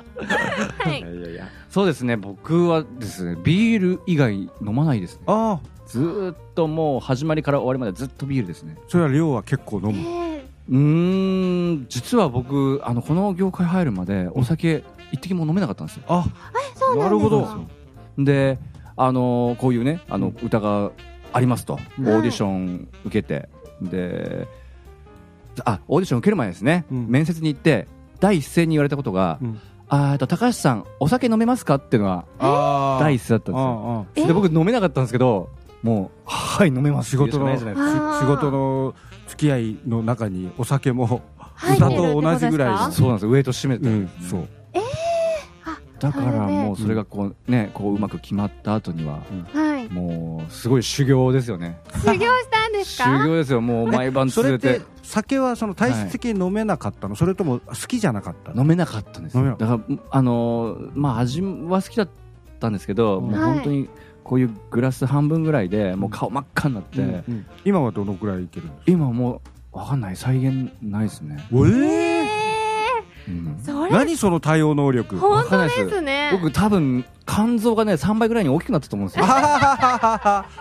Speaker 1: い。
Speaker 7: いやいやそうですね僕はですねビール以外飲まないですね
Speaker 2: ああ、
Speaker 7: ずーっともう始まりから終わりまでずっとビールですね
Speaker 2: それは量は結構飲む。
Speaker 1: え
Speaker 7: うーん実は僕あのこの業界入るまでお酒一滴も飲めなかったんですよ
Speaker 2: あ、
Speaker 1: そうなんですか
Speaker 2: なるほど
Speaker 7: そうなんですよであのーこういうねあの歌がありますと、
Speaker 2: うん
Speaker 7: オーディション受けてであオーディション受ける前ですね、
Speaker 2: うん
Speaker 7: 面接に行って第一声に言われたことが「
Speaker 2: うん
Speaker 7: あーえっと高橋さんお酒飲めますか?」っていうのは
Speaker 2: あ
Speaker 7: 第一声だったんですよ
Speaker 2: ああ
Speaker 7: で僕飲めなかったんですけどもうはい飲めます
Speaker 2: 仕事
Speaker 7: 言
Speaker 2: の
Speaker 7: うしかないじゃない
Speaker 1: あー
Speaker 2: し仕事の付き合いの中にお酒も
Speaker 1: 入ってる
Speaker 2: 歌
Speaker 1: ってこと
Speaker 2: と同じぐらい
Speaker 1: です
Speaker 7: ですかそうなんですよウエイト締めて
Speaker 2: う
Speaker 7: た
Speaker 2: ん
Speaker 7: んです
Speaker 2: そ
Speaker 7: ね、
Speaker 2: う
Speaker 7: だから
Speaker 1: それで
Speaker 7: もうそれがこうねこううまく決まった後には
Speaker 1: はい。
Speaker 7: もうすごい修行ですよね
Speaker 1: 修行したんです
Speaker 7: 修
Speaker 1: か
Speaker 7: 行ですよもう毎晩
Speaker 2: そ
Speaker 7: 続
Speaker 2: れ
Speaker 7: け
Speaker 2: ってて酒はその体質的に飲めなかったの、それとも好きじゃなかったの
Speaker 7: 飲めなかったんです
Speaker 2: 飲め
Speaker 7: よ
Speaker 2: な
Speaker 7: だからあのーまあ味は好きだったんですけど、
Speaker 2: うん
Speaker 7: もう本当にこういうグラス半分ぐらいでもう顔真っ赤になって、
Speaker 2: うんうん今はどのくらいいけるんですか
Speaker 7: 今もうわかんない再現ないですね、
Speaker 2: ええ
Speaker 7: うん
Speaker 1: それ、
Speaker 2: 何その対応能力
Speaker 1: 本
Speaker 7: わかん
Speaker 1: 当
Speaker 7: ない
Speaker 1: ですね。
Speaker 7: 僕多分肝臓がね3倍ぐらいに大きくなったと思うんですよ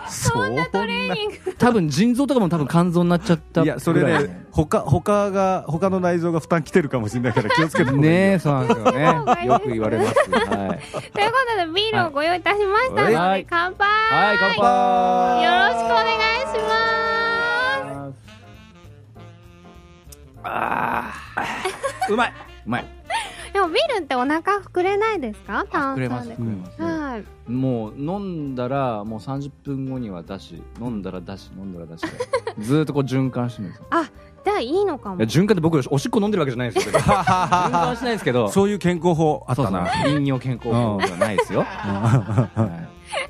Speaker 2: そんなトレーニング
Speaker 7: 多分腎臓とかも多分肝臓になっちゃった
Speaker 2: いやそれ
Speaker 7: ぐら
Speaker 2: ね他他が他の内臓が負担きてるかもしれないから気をつけて
Speaker 7: ねえそうなんですよ
Speaker 1: がいいですね
Speaker 7: ねよく言われますはい、
Speaker 1: ということで、ビールをご用意いたしましたので、
Speaker 7: はい
Speaker 1: 乾杯、
Speaker 7: はい、乾杯
Speaker 1: よろしくお願いします。
Speaker 7: うまいうまい
Speaker 1: でも、ビールってお腹膨れないですか炭
Speaker 7: くれま
Speaker 1: 酸
Speaker 7: す
Speaker 1: で
Speaker 7: く。れます、
Speaker 1: はい。
Speaker 7: もう飲んだらもう30分後にはだし飲んだらだし飲んだら だしでずーっとこう循環してるんですよ
Speaker 1: じゃあ、いいのか
Speaker 7: い
Speaker 1: も
Speaker 7: や。循環って僕おしっこ飲んでるわけじゃないですよ 循環はしないですけど
Speaker 2: そういう健康法あっ
Speaker 7: そう
Speaker 2: た
Speaker 7: そう
Speaker 2: な。
Speaker 7: 飲尿健康法ではないですよ、は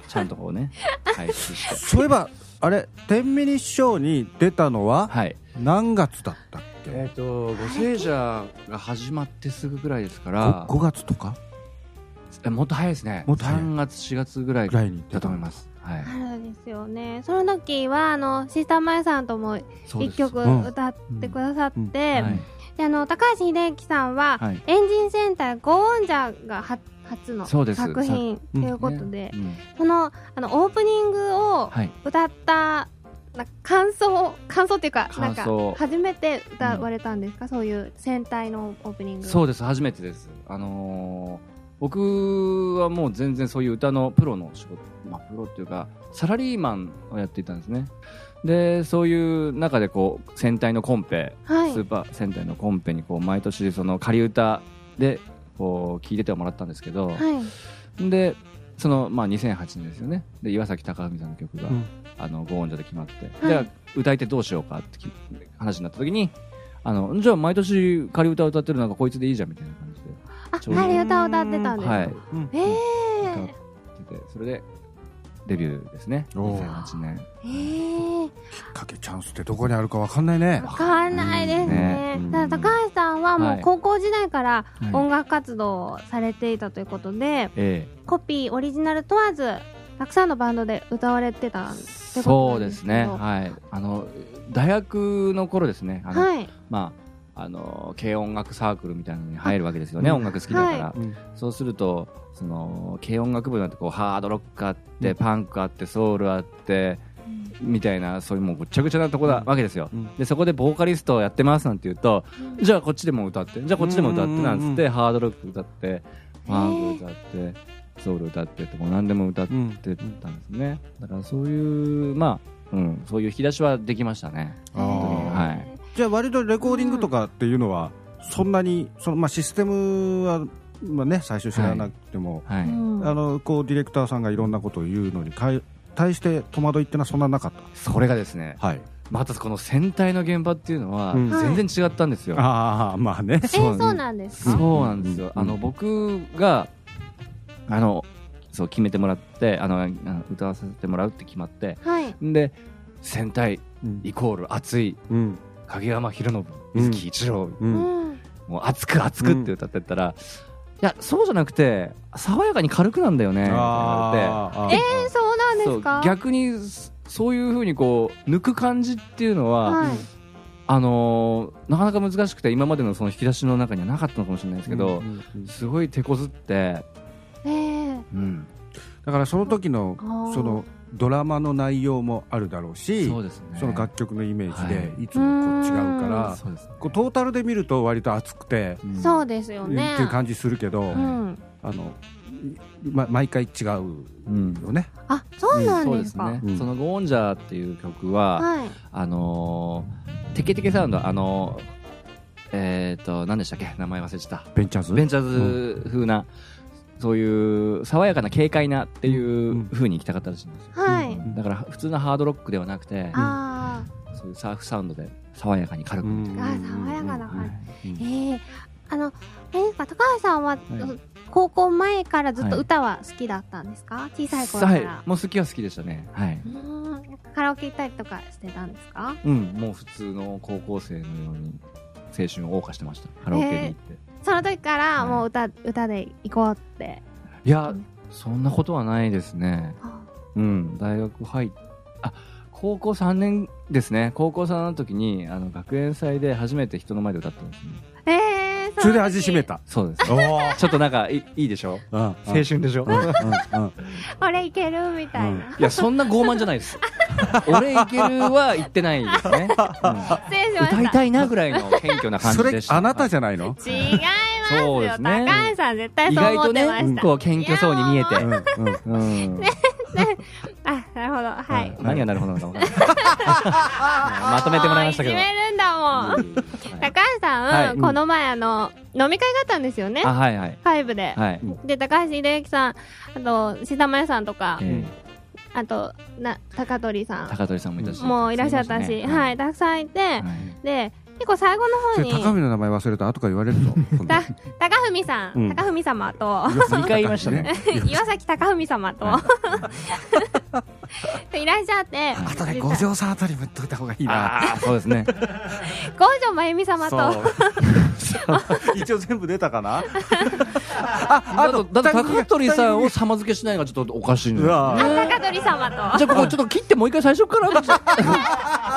Speaker 7: い、ちゃんとこうね排出して
Speaker 2: そういえば、あれ、天ミニショーに出たのは
Speaker 7: はい
Speaker 2: 何月だったっけ
Speaker 7: えっ、とご聖者が始まってすぐぐらいですから
Speaker 2: 5, 月とか
Speaker 7: えもっと早いですね
Speaker 2: もっと早い
Speaker 7: 3月4月ぐらい
Speaker 2: ぐらいに
Speaker 7: だと思います、はい
Speaker 1: あるんですよねその時はあのシスターマヤさんとも
Speaker 7: そうです
Speaker 1: 一曲
Speaker 2: うん
Speaker 1: 歌ってくださって、
Speaker 7: はい
Speaker 1: であの高橋英樹さんは、
Speaker 2: はい
Speaker 1: エンジンセンターゴーンジャーがは初の
Speaker 7: そうです
Speaker 1: 作品ということで、
Speaker 7: うん
Speaker 1: そのあのオープニングを
Speaker 7: はい
Speaker 1: 歌ったなんか感想感想っていうかなん
Speaker 7: 感
Speaker 1: か
Speaker 7: 想
Speaker 1: 初めて歌われたんですか、そういう戦隊のオープニング
Speaker 7: そうです初めてですあのー僕はもう全然そういう歌のプロの仕事まあプロっていうかサラリーマンをやっていたんですねでそういう中でこう戦隊のコンペ、
Speaker 1: はい
Speaker 7: スーパー戦隊のコンペにこう毎年その仮歌でこう聞いててもらったんですけど、
Speaker 1: はい
Speaker 7: でその、まあ、2008年ですよねで岩崎隆文さんの曲が、
Speaker 2: うん
Speaker 7: あのご音者で決まって、
Speaker 1: はい
Speaker 7: で歌い手どうしようかってき話になった時にあのじゃあ毎年仮歌を歌ってるなんかこいつでいいじゃんみたいな感じで
Speaker 1: あ
Speaker 7: ちょうど
Speaker 1: 仮歌を歌ってたんです、
Speaker 7: はい
Speaker 2: うん
Speaker 1: え
Speaker 7: 歌っ
Speaker 1: ー、
Speaker 7: ててそれでデビューですね
Speaker 2: おー
Speaker 7: 2008年
Speaker 1: えー、
Speaker 2: かけチャンスってどこにあるかわかんないね
Speaker 1: わかんないですね
Speaker 2: ねうん
Speaker 1: ただ高橋さんはも
Speaker 7: は
Speaker 1: う
Speaker 7: い
Speaker 1: 高校時代から
Speaker 7: はい
Speaker 1: 音楽活動をされていたということで、
Speaker 7: え
Speaker 1: コピーオリジナル問わずたくさんのバンドで歌われてた
Speaker 7: え
Speaker 1: というこ
Speaker 7: そ
Speaker 1: と
Speaker 7: う
Speaker 1: なん
Speaker 7: で
Speaker 1: です
Speaker 7: す
Speaker 1: けど
Speaker 7: ねはいあの大学の頃ですねあの、
Speaker 1: はい
Speaker 7: まああの軽音楽サークルみたいなのに入るわけですよね
Speaker 2: うん
Speaker 7: 音楽好きだから、
Speaker 1: は
Speaker 2: うん
Speaker 7: そうするとその軽音楽部なんてこうハードロックあって、
Speaker 2: うん
Speaker 7: パンクあってソウルあってみたいなそういうもうぐっちゃぐちゃなとこだ、
Speaker 2: うん
Speaker 7: わけですよ、
Speaker 2: うん
Speaker 7: でそこでボーカリストをやってますなんて言うと、
Speaker 1: うん
Speaker 7: じゃあこっちでも歌ってじゃあこっちでも歌って
Speaker 2: うんうんうん
Speaker 7: なんつって、ハードロック歌ってパンク歌ってソウル歌ってってもう何でも歌っ
Speaker 2: うん
Speaker 7: てたんですねだからそういうまあ、うん、そういう引き出しはできましたね
Speaker 2: あー
Speaker 7: はい
Speaker 2: じゃあ割とレコーディングとかっていうのはそんなにそのまあシステムはまあね最初知らなくても、
Speaker 7: はい、
Speaker 1: うん
Speaker 2: あのこうディレクターさんがいろんなことを言うのにかい対して戸惑いってのはそんななかっ
Speaker 7: それがですね
Speaker 2: たはい
Speaker 7: またこの戦隊の現場っていうのは
Speaker 2: うん
Speaker 7: 全然違ったんですよ、
Speaker 2: ああまあね
Speaker 1: えそうなんですか
Speaker 7: そうなんですよ、
Speaker 2: うん
Speaker 7: あの僕があのそう決めてもらってあのあの歌わさせてもらうって決まって
Speaker 1: はい
Speaker 7: で戦隊
Speaker 2: うん
Speaker 7: イコール熱い
Speaker 2: うん
Speaker 7: 影山博信
Speaker 2: うん
Speaker 7: 水木一郎、
Speaker 2: う
Speaker 1: うんん
Speaker 7: もう熱く熱くって歌ってったら、いやそうじゃなくて爽やかに軽くなんだよねって言われて
Speaker 2: あーあー
Speaker 1: えそうなんで
Speaker 7: そ
Speaker 1: す
Speaker 7: う
Speaker 1: か
Speaker 7: 逆にそそういうふうにこう抜く感じっていうのは、
Speaker 1: はい
Speaker 7: あのーなかなか難しくて今までのその引き出しの中にはなかったのかもしれないですけど、
Speaker 2: うんうん
Speaker 7: すごい手こずって、
Speaker 1: えー
Speaker 7: うん、
Speaker 2: だからその時の
Speaker 1: あー
Speaker 2: そのドラマの内容もあるだろうし
Speaker 7: そうですね
Speaker 2: その楽曲のイメージ
Speaker 7: は
Speaker 2: でいつもこう違うから
Speaker 7: そうですね
Speaker 2: こうトータルで見ると割と熱くて
Speaker 7: うん
Speaker 1: そうですよね
Speaker 2: っていう感じするけど、
Speaker 1: うん
Speaker 2: あの、ま、毎回違う
Speaker 7: うん
Speaker 2: よね。
Speaker 1: あそうなん
Speaker 7: そう
Speaker 1: で
Speaker 7: ですす
Speaker 1: か
Speaker 7: ね、
Speaker 2: うん
Speaker 7: その「ゴーンジャー」っていう曲は、
Speaker 1: はい
Speaker 7: あのーテケテケサウンドあのーえっ、と何でしたっけ名前忘れちゃっ
Speaker 2: ベンチャーズ
Speaker 7: たベンチャーズ風な、そういう爽やかな軽快なっていう風に行きたかったらしいんですよ、
Speaker 1: はい
Speaker 7: だから普通のハードロックではなくて
Speaker 1: あー
Speaker 7: そういうサーフサウンドで爽やかに軽くみたいな、
Speaker 1: あー爽やかな
Speaker 7: は
Speaker 1: 感
Speaker 7: い
Speaker 1: じえーあのえー高橋さんは
Speaker 7: はい
Speaker 1: 高校前からずっと歌は好きだったんですか小さい頃から
Speaker 7: はいもう好きは好きでしたねはいう
Speaker 1: ーんカラオケ行ったりとかしてたんですか
Speaker 7: うんもう普通の高校生のように青春を謳歌してましたカラオケに行って、
Speaker 1: その時からもう歌,、歌で行こうって
Speaker 7: いやそんなことはないですね
Speaker 1: あ
Speaker 7: うん大学入っあ高校3年ですね高校3の時にあの学園祭で初めて人の前で歌ったんですね
Speaker 1: えー、
Speaker 2: それで味しめ
Speaker 1: た
Speaker 2: た。
Speaker 7: そうです
Speaker 2: おお。
Speaker 7: ちょっとなんかいいいでしょ
Speaker 2: 青
Speaker 7: 青春でしょ、
Speaker 2: うんうんうん
Speaker 1: 俺いけるみたいな、
Speaker 7: いやそんな傲慢じゃないです 俺いけるは言ってないですね、 うん
Speaker 1: 失礼しま
Speaker 7: 歌い
Speaker 1: した
Speaker 7: たいなぐらいの謙虚な感
Speaker 2: そ
Speaker 7: じ
Speaker 2: れ
Speaker 7: でした
Speaker 2: あなたじ
Speaker 7: ゃ
Speaker 2: ゃないの？
Speaker 1: 違います
Speaker 7: そ
Speaker 1: よ
Speaker 7: うですね
Speaker 1: 高橋さん絶対
Speaker 7: 意
Speaker 1: そう
Speaker 7: 外
Speaker 1: 思
Speaker 7: と
Speaker 1: ってました、
Speaker 7: ねこう謙虚そうに見えて
Speaker 1: いやもう
Speaker 2: うんうん
Speaker 7: うん
Speaker 1: あなるほどはい、
Speaker 7: うん何がなるほどなの か分かんないうんまとめてもらいましたけど
Speaker 1: もういじめるんだもん、
Speaker 7: はい
Speaker 1: 高橋さん、
Speaker 7: はい
Speaker 1: この前あの飲み会があったんですよね
Speaker 7: あはいはい
Speaker 1: ファイブで、
Speaker 7: はい
Speaker 1: で高橋英之さんあと志田真也さんとか、
Speaker 7: えー
Speaker 1: あとな高取さん
Speaker 7: 高取さんもいたし
Speaker 1: もういらっしゃったし、
Speaker 7: そうですね
Speaker 1: はい、
Speaker 7: はい
Speaker 1: たくさんいて、
Speaker 7: はい
Speaker 1: で結構最後
Speaker 2: そ
Speaker 1: の方
Speaker 2: れ
Speaker 1: に
Speaker 2: 高見の名前忘れた後から言われる ぞ。今度
Speaker 1: た高文さん、
Speaker 2: うん
Speaker 1: 高文様と
Speaker 7: 二回言いましたね。
Speaker 1: 岩崎高文様と、
Speaker 7: は
Speaker 1: い、らっしゃって
Speaker 7: は
Speaker 2: 後で五条さんあたりも言っといた方がいいな。
Speaker 7: あーそう ですね
Speaker 1: 五条真由美様と
Speaker 2: う。一応全部出たかな？
Speaker 7: だとだと高取さんを様付けしないのがちょっとおかしいんですよ、ね。
Speaker 1: 高取様と
Speaker 7: じゃあここちょっと切ってもう一回最初から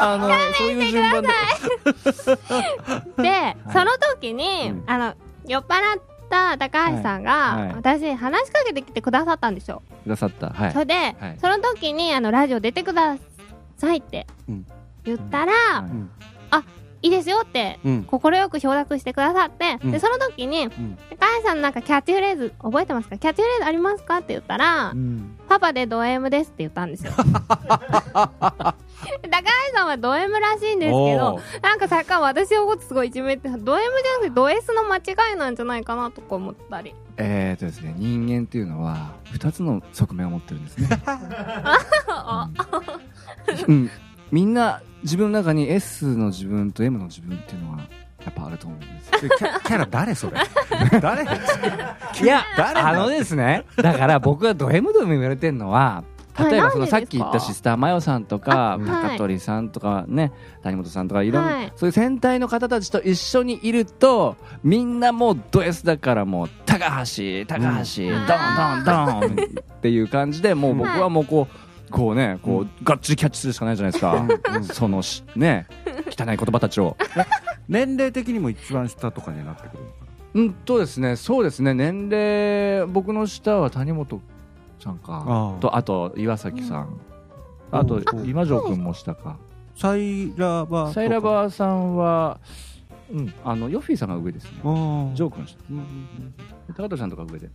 Speaker 7: あのそういう順番で
Speaker 1: で、その時に、
Speaker 7: うん
Speaker 1: あの酔っ払った高橋さんが、
Speaker 7: はいはい
Speaker 1: 私に話しかけてきてくださったんですよ、
Speaker 7: くださったはい
Speaker 1: それで、
Speaker 7: はい
Speaker 1: その時にあのラジオ出てくださいって
Speaker 2: うん
Speaker 1: 言ったら、
Speaker 7: はい
Speaker 2: ん
Speaker 1: いいですよって
Speaker 2: うん
Speaker 1: 快く承諾してくださって、
Speaker 2: うん
Speaker 1: でその時に、
Speaker 2: ん
Speaker 1: 高橋さんのなんかキャッチフレーズ覚えてますかキャッチフレーズありますかって言ったら、
Speaker 2: うん
Speaker 1: パパでド M ですって言ったん ですよ高橋さんはド M らしいんですけど
Speaker 7: おー
Speaker 1: なんかさっき私のことすごいいじめってド M じゃなくてド S の間違いなんじゃないかなとか思ったり
Speaker 7: えー、とですね人間っていうのは二つの側面を持ってるんですね。うんうんみんな自分の中に S の自分と M の自分っていうのはやっぱあると思うんですよ。
Speaker 2: キャキャラ誰それ 誰
Speaker 7: いや
Speaker 2: 誰
Speaker 7: あのですねだから僕がド M ド M 言われてるのは
Speaker 1: はい
Speaker 7: 例えばそ
Speaker 1: なんでです
Speaker 7: のさ
Speaker 1: か
Speaker 7: っき言ったシスターマヨさんとか
Speaker 1: あはい
Speaker 7: 高取さんとかね谷本さんとかいろん
Speaker 1: は
Speaker 7: ないそういう戦隊の方たちと一緒にいるとみんなもうド S だからもう高橋高橋ドンドンドンっていう感じでもう僕はもうこうこうねこうがっちりキャッチするしかないじゃないですかそのしね汚い言葉たちを。
Speaker 2: 年齢的にも一番下とかになってくるのか
Speaker 7: うんとですね、そうですね、年齢、僕の下は谷本さん
Speaker 2: あ
Speaker 7: か
Speaker 2: あ、
Speaker 7: とあと岩崎さん、
Speaker 2: うん
Speaker 7: あと
Speaker 2: おう
Speaker 7: 今城君も下か、
Speaker 2: なサイラバとか
Speaker 7: サイラバーさんは、うん、あのヨッフィーさんが上ですね、
Speaker 2: うん
Speaker 7: ジョー君下、高田さんとか上で、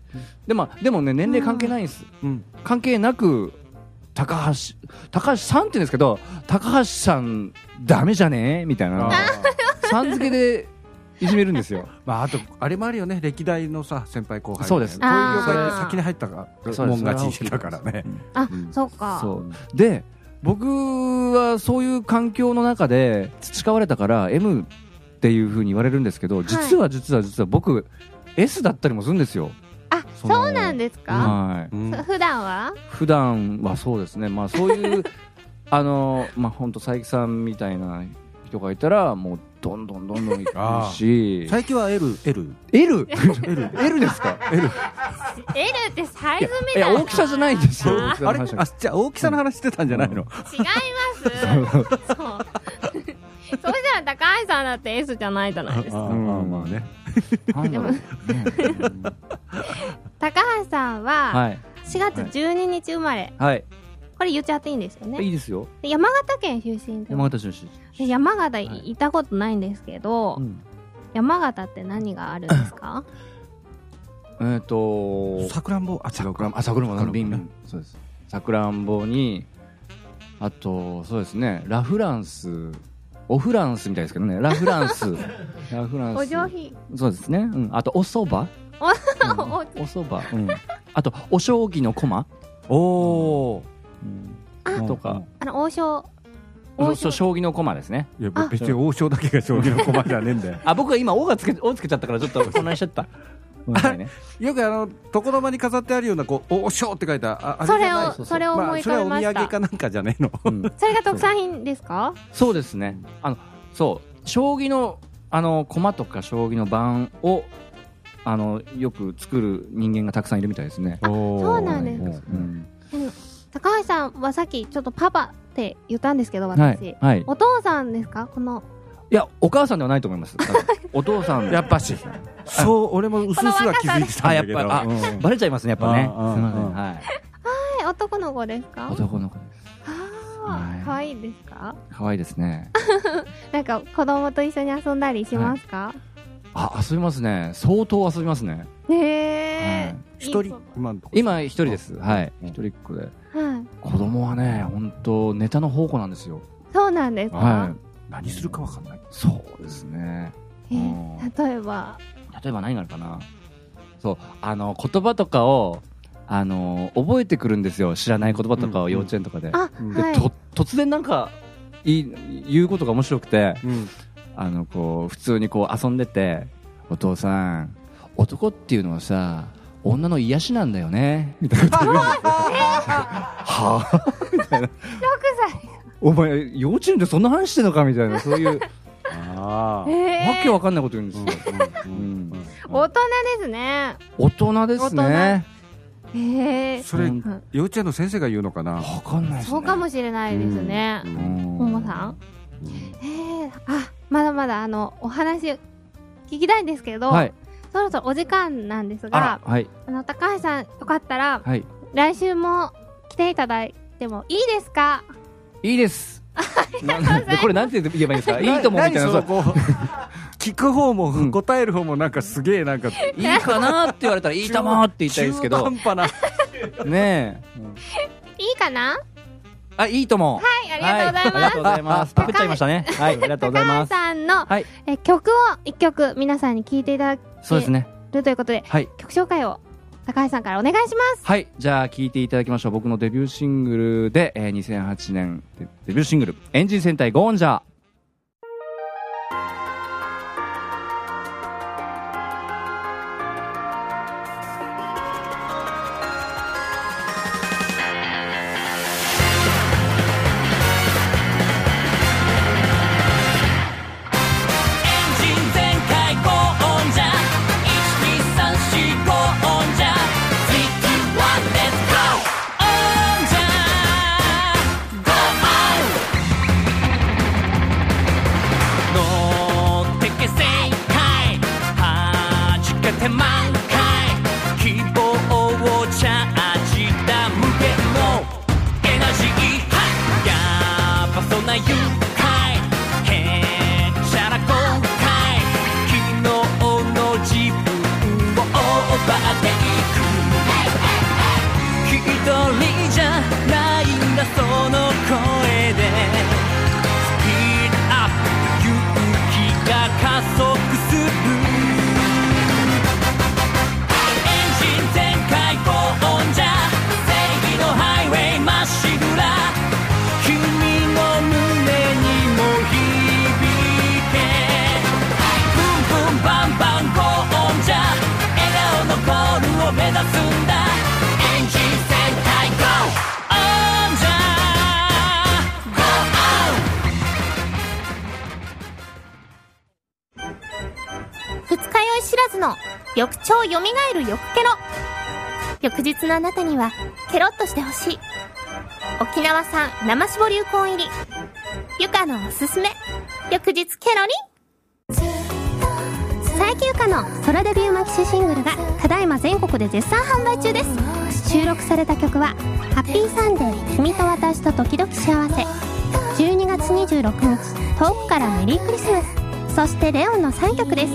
Speaker 7: でもでもね、年齢関係ないんです、
Speaker 2: うん
Speaker 7: 関係なく、高橋、高橋さんって言うんですけど、高橋さん、だめじゃねえみたいな、さん付けでいじめるんですよ。
Speaker 2: まああとあれもあるよね歴代のさ先輩後輩
Speaker 7: そうです
Speaker 2: こういう業界
Speaker 1: あ
Speaker 2: で
Speaker 1: ー
Speaker 2: 先に入ったか
Speaker 7: そうで
Speaker 2: も
Speaker 7: す
Speaker 2: ん勝ちだからね
Speaker 1: あ、
Speaker 2: うん
Speaker 1: そうか
Speaker 7: そうで僕はそういう環境の中で培われたから M っていうふうに言われるんですけど実は実は実は僕 S だったりもするんですよ。
Speaker 1: あ
Speaker 2: その
Speaker 1: そうなんですか、
Speaker 7: はい
Speaker 2: うん
Speaker 1: そ普段は
Speaker 7: 普段はそうですね、まあ、そう いうあの、まあ、本当佐伯さんみたいな人がいたらもうどんどんどんどんいく
Speaker 2: ああ
Speaker 7: し
Speaker 2: 最近は LL
Speaker 7: L? L, L ですか L?
Speaker 1: L ってサイズ
Speaker 7: い
Speaker 1: 目
Speaker 7: や
Speaker 1: なの
Speaker 7: 大きさじゃないんです よ
Speaker 2: あれあじゃあ大きさの話してたんじゃないの
Speaker 1: 違い ますそうそうしたら高橋さんだって S じゃないじゃないですか
Speaker 2: あ
Speaker 7: うん
Speaker 2: まあまあね
Speaker 7: なんだろうね
Speaker 1: 高橋さんは
Speaker 7: はい
Speaker 1: 4月12日生まれ、
Speaker 7: はい
Speaker 1: これ言っちゃっていいんですよね
Speaker 7: いいですよ
Speaker 1: で山形県出身で
Speaker 7: 山形出身
Speaker 1: で山形行ったことないんですけど、
Speaker 7: うん
Speaker 1: 山形って何があるんですか
Speaker 7: えっと
Speaker 2: さくらんぼあ違うか
Speaker 7: あ、さくらんぼ
Speaker 2: さくらんぼ
Speaker 7: の瓶々そうです。さくらんぼに、あと、そうですね、ラフランス、オフランスみたいですけどね、ラフラン ス。ラフランス。
Speaker 1: お上品
Speaker 7: そうですね。うん。あと、お蕎麦
Speaker 1: お
Speaker 7: うん
Speaker 1: お
Speaker 7: お蕎麦。うん。あと、お将棋の駒
Speaker 2: おお
Speaker 7: うんとか、
Speaker 1: あの王将
Speaker 7: そうそう将棋の駒ですね。
Speaker 2: いや別に王将だけが将棋の駒じゃねえんだよ
Speaker 7: あ、僕は今、おがつけ、おつけちゃったから、ちょっと混乱しちゃった。 ごめんなさいね。
Speaker 2: よくあの床の間に飾ってあるようなこう王将って書いたああ
Speaker 1: そ
Speaker 2: じ
Speaker 1: れ
Speaker 2: ゃない
Speaker 1: をそれを思い浮かべました、
Speaker 2: あ、それはお土産かなんかじゃねえの
Speaker 7: うん
Speaker 1: それが特産品ですか
Speaker 7: そうですね。あの、そう、将棋の、あの、駒とか将棋の盤を、あの、よく作る人間がたくさんいるみたいですね。
Speaker 1: そうなんです
Speaker 7: うん
Speaker 1: 高橋さんはさっきちょっとパパって言ったんですけど私、
Speaker 7: はい。はい。
Speaker 1: お父さんですかこの
Speaker 7: いや、お母さんではないと思います。 多分お父さん。
Speaker 2: やっぱしそう俺も薄々は気づいてたんだけど
Speaker 7: この若さで
Speaker 2: うん
Speaker 7: バレちゃいますね、やっぱね。す
Speaker 2: ああ
Speaker 7: み
Speaker 2: ああ
Speaker 7: ません。はい。
Speaker 1: はい男の子ですか
Speaker 7: 男の子です。
Speaker 1: あー可愛いですか
Speaker 7: 可愛いですね。
Speaker 1: なんか子供と一緒に遊んだりしますか、
Speaker 7: あ、遊びますね。相当遊びますね。
Speaker 1: ね
Speaker 7: は
Speaker 1: え
Speaker 7: い
Speaker 2: 一
Speaker 1: いい
Speaker 2: 人
Speaker 1: こ
Speaker 2: 今のところ
Speaker 7: 今、一人です。はい。一人っ子で。
Speaker 1: とはい
Speaker 7: 子供はね、本当ネタの宝庫なんですよ。
Speaker 1: そうなんですか、
Speaker 7: はい。
Speaker 2: 何するかわかんない
Speaker 7: そうですね。
Speaker 1: え
Speaker 7: うん
Speaker 1: 例えば
Speaker 7: 例えば何があるかなそうあの言葉とかをあの覚えてくるんですよ知らない言葉とか
Speaker 2: う
Speaker 7: を
Speaker 2: ん
Speaker 7: 幼稚園とかで,、
Speaker 1: あ、
Speaker 2: うん
Speaker 7: で
Speaker 1: はい
Speaker 7: と突然なんかい言うことが面白くて
Speaker 2: うん
Speaker 7: あのこう普通にこう遊んでて「お父さん男っていうのはさ女の癒しなんだよね」みたいなこと言うん ですよはあみたいな
Speaker 1: 六歳
Speaker 7: お前幼稚園でそんな話してんのかみたいなそういう
Speaker 2: あー
Speaker 1: え
Speaker 7: わけわかんないこと言うんですよ。
Speaker 2: う
Speaker 7: うん
Speaker 2: うん
Speaker 7: ん
Speaker 1: 大人ですね。
Speaker 7: 大人ですね。
Speaker 1: ええ
Speaker 2: それ
Speaker 7: うん
Speaker 1: ん
Speaker 2: 幼稚園の先生が言うのかな
Speaker 7: わかんないですね。
Speaker 1: そうかもしれないですね
Speaker 2: う。
Speaker 7: うん。
Speaker 1: ももさん。ええあ、まだまだあの、お話聞きたいんですけど、
Speaker 7: はい。
Speaker 1: そろそろお時間なんです
Speaker 7: あ
Speaker 1: が
Speaker 7: ら、、はい。
Speaker 1: あの、高橋さん、よかったら、
Speaker 7: はい。
Speaker 1: 来週も来ていただいてもいいですか
Speaker 7: いいです。なんでこれなんて言えばいいんです か。いいともみたいな。
Speaker 2: 何
Speaker 7: そ
Speaker 2: そうのこ う聞く方も、
Speaker 7: ん
Speaker 2: 答える方もなんかすげえなんか
Speaker 7: いいかなって言われたらいいともって言いたいですけど
Speaker 2: 中。途半端な
Speaker 7: ねえ。うん
Speaker 1: いいかな
Speaker 7: あ、いいとも。
Speaker 1: はい、ありがとうござい
Speaker 7: はあり
Speaker 1: ます。
Speaker 7: がとうございます。パクっちゃいましたね。はい。ありがとうござい
Speaker 1: 高
Speaker 7: ま
Speaker 1: 橋
Speaker 7: す。
Speaker 1: さんの、
Speaker 7: はい
Speaker 1: え曲を一曲皆さんに聴いていただ
Speaker 7: そうですね。
Speaker 1: けるということで、
Speaker 7: はい。
Speaker 1: 曲紹介を高橋さんからお願いします。
Speaker 7: はい。じゃあ、聴いていただきましょう。僕のデビューシングルで、えー2008年デデビューシングル、エンジン戦隊ゴーンジャー。
Speaker 8: エンジン全開高音じゃ12345音じゃ321 Let's go 音じゃ Go out 乗ってけ正解はじけて満開希望をチャージだ無限のエナジーハイやばそうな愉快へっちゃら後悔昨日の自分をオーバーテイク一人じゃないんだその声でスピードアップ勇気が加速するエンジン全開高音じゃ正義のハイウェイまっしぐら君の胸にも響けブンブンバンバン高音じゃ笑顔のゴールを目指すんだエンジン全開高音じゃ Go out!
Speaker 9: 二日酔い知らずの翌朝よみがえる翌ケロ翌日のあなたにはケロッとしてほしい沖縄産生搾りうこん入りゆかのおすすめ翌日ケロリ
Speaker 5: 最休暇のソラデビューマキシシングルがただいま全国で絶賛販売中です収録された曲は「ハッピーサンデー君と私と時々幸せ」12月26日遠くからメリークリスマスそしてレオンの3曲です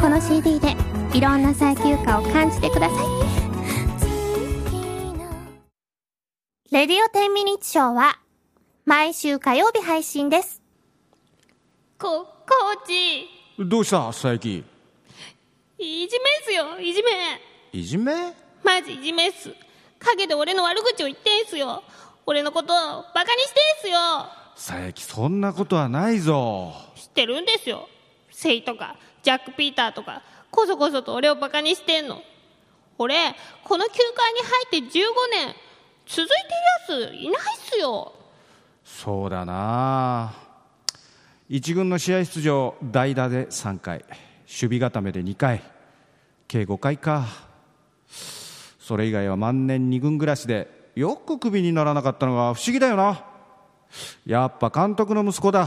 Speaker 5: この CD でいろんな最休暇を感じてください
Speaker 9: レディオ10ミニッツショーは毎週火曜日配信です
Speaker 1: こ、コーチ、
Speaker 2: どうした佐伯
Speaker 1: いじめっすよ、いじめ。
Speaker 2: いじめ
Speaker 1: マジいじめっす。陰で俺の悪口を言ってんすよ。俺のことをバカにしてんすよ。
Speaker 2: 佐伯そんなことはないぞ
Speaker 1: 知ってるんですよ。セイとか、ジャック・ピーターとか、こそこそと俺をバカにしてんの。俺、この球界に入って15年、続いてるやついないっすよ。
Speaker 2: そうだな一軍の試合出場代打で3回守備固めで2回計5回かそれ以外は万年2軍暮らしでよくクビにならなかったのが不思議だよなやっぱ監督の息子だ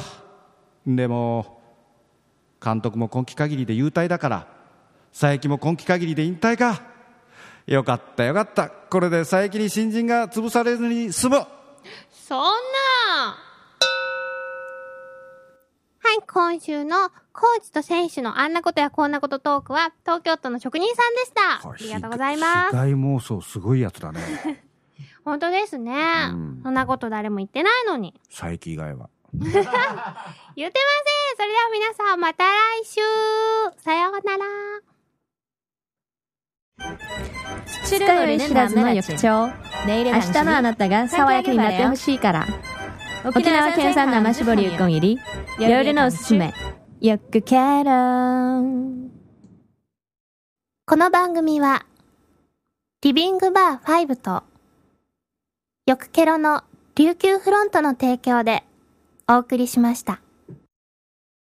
Speaker 2: でも監督も今季限りで優退だから佐伯も今季限りで引退かよかったよかったこれで佐伯に新人が潰されずに済む
Speaker 1: そんなはい、今週のコーチと選手のあんなことやこんなことトークは東京都の職人さんでした。ありがとうございま
Speaker 2: 被
Speaker 1: す。
Speaker 2: 害妄想すごいやつだね
Speaker 1: 本当ですね。
Speaker 2: うん
Speaker 1: そんなこと誰も言ってないのに。
Speaker 2: 佐伯以外は
Speaker 1: 言ってませんそれでは皆さんまた来週さようなら
Speaker 10: 二日酔い知らずの翌朝明日のあなたが爽やかになってほしいから沖縄県産生搾りうこん入り夜のおすすめよくケロン
Speaker 9: この番組は、リビングバー5と、よくケロの琉球フロントの提供でお送りしました。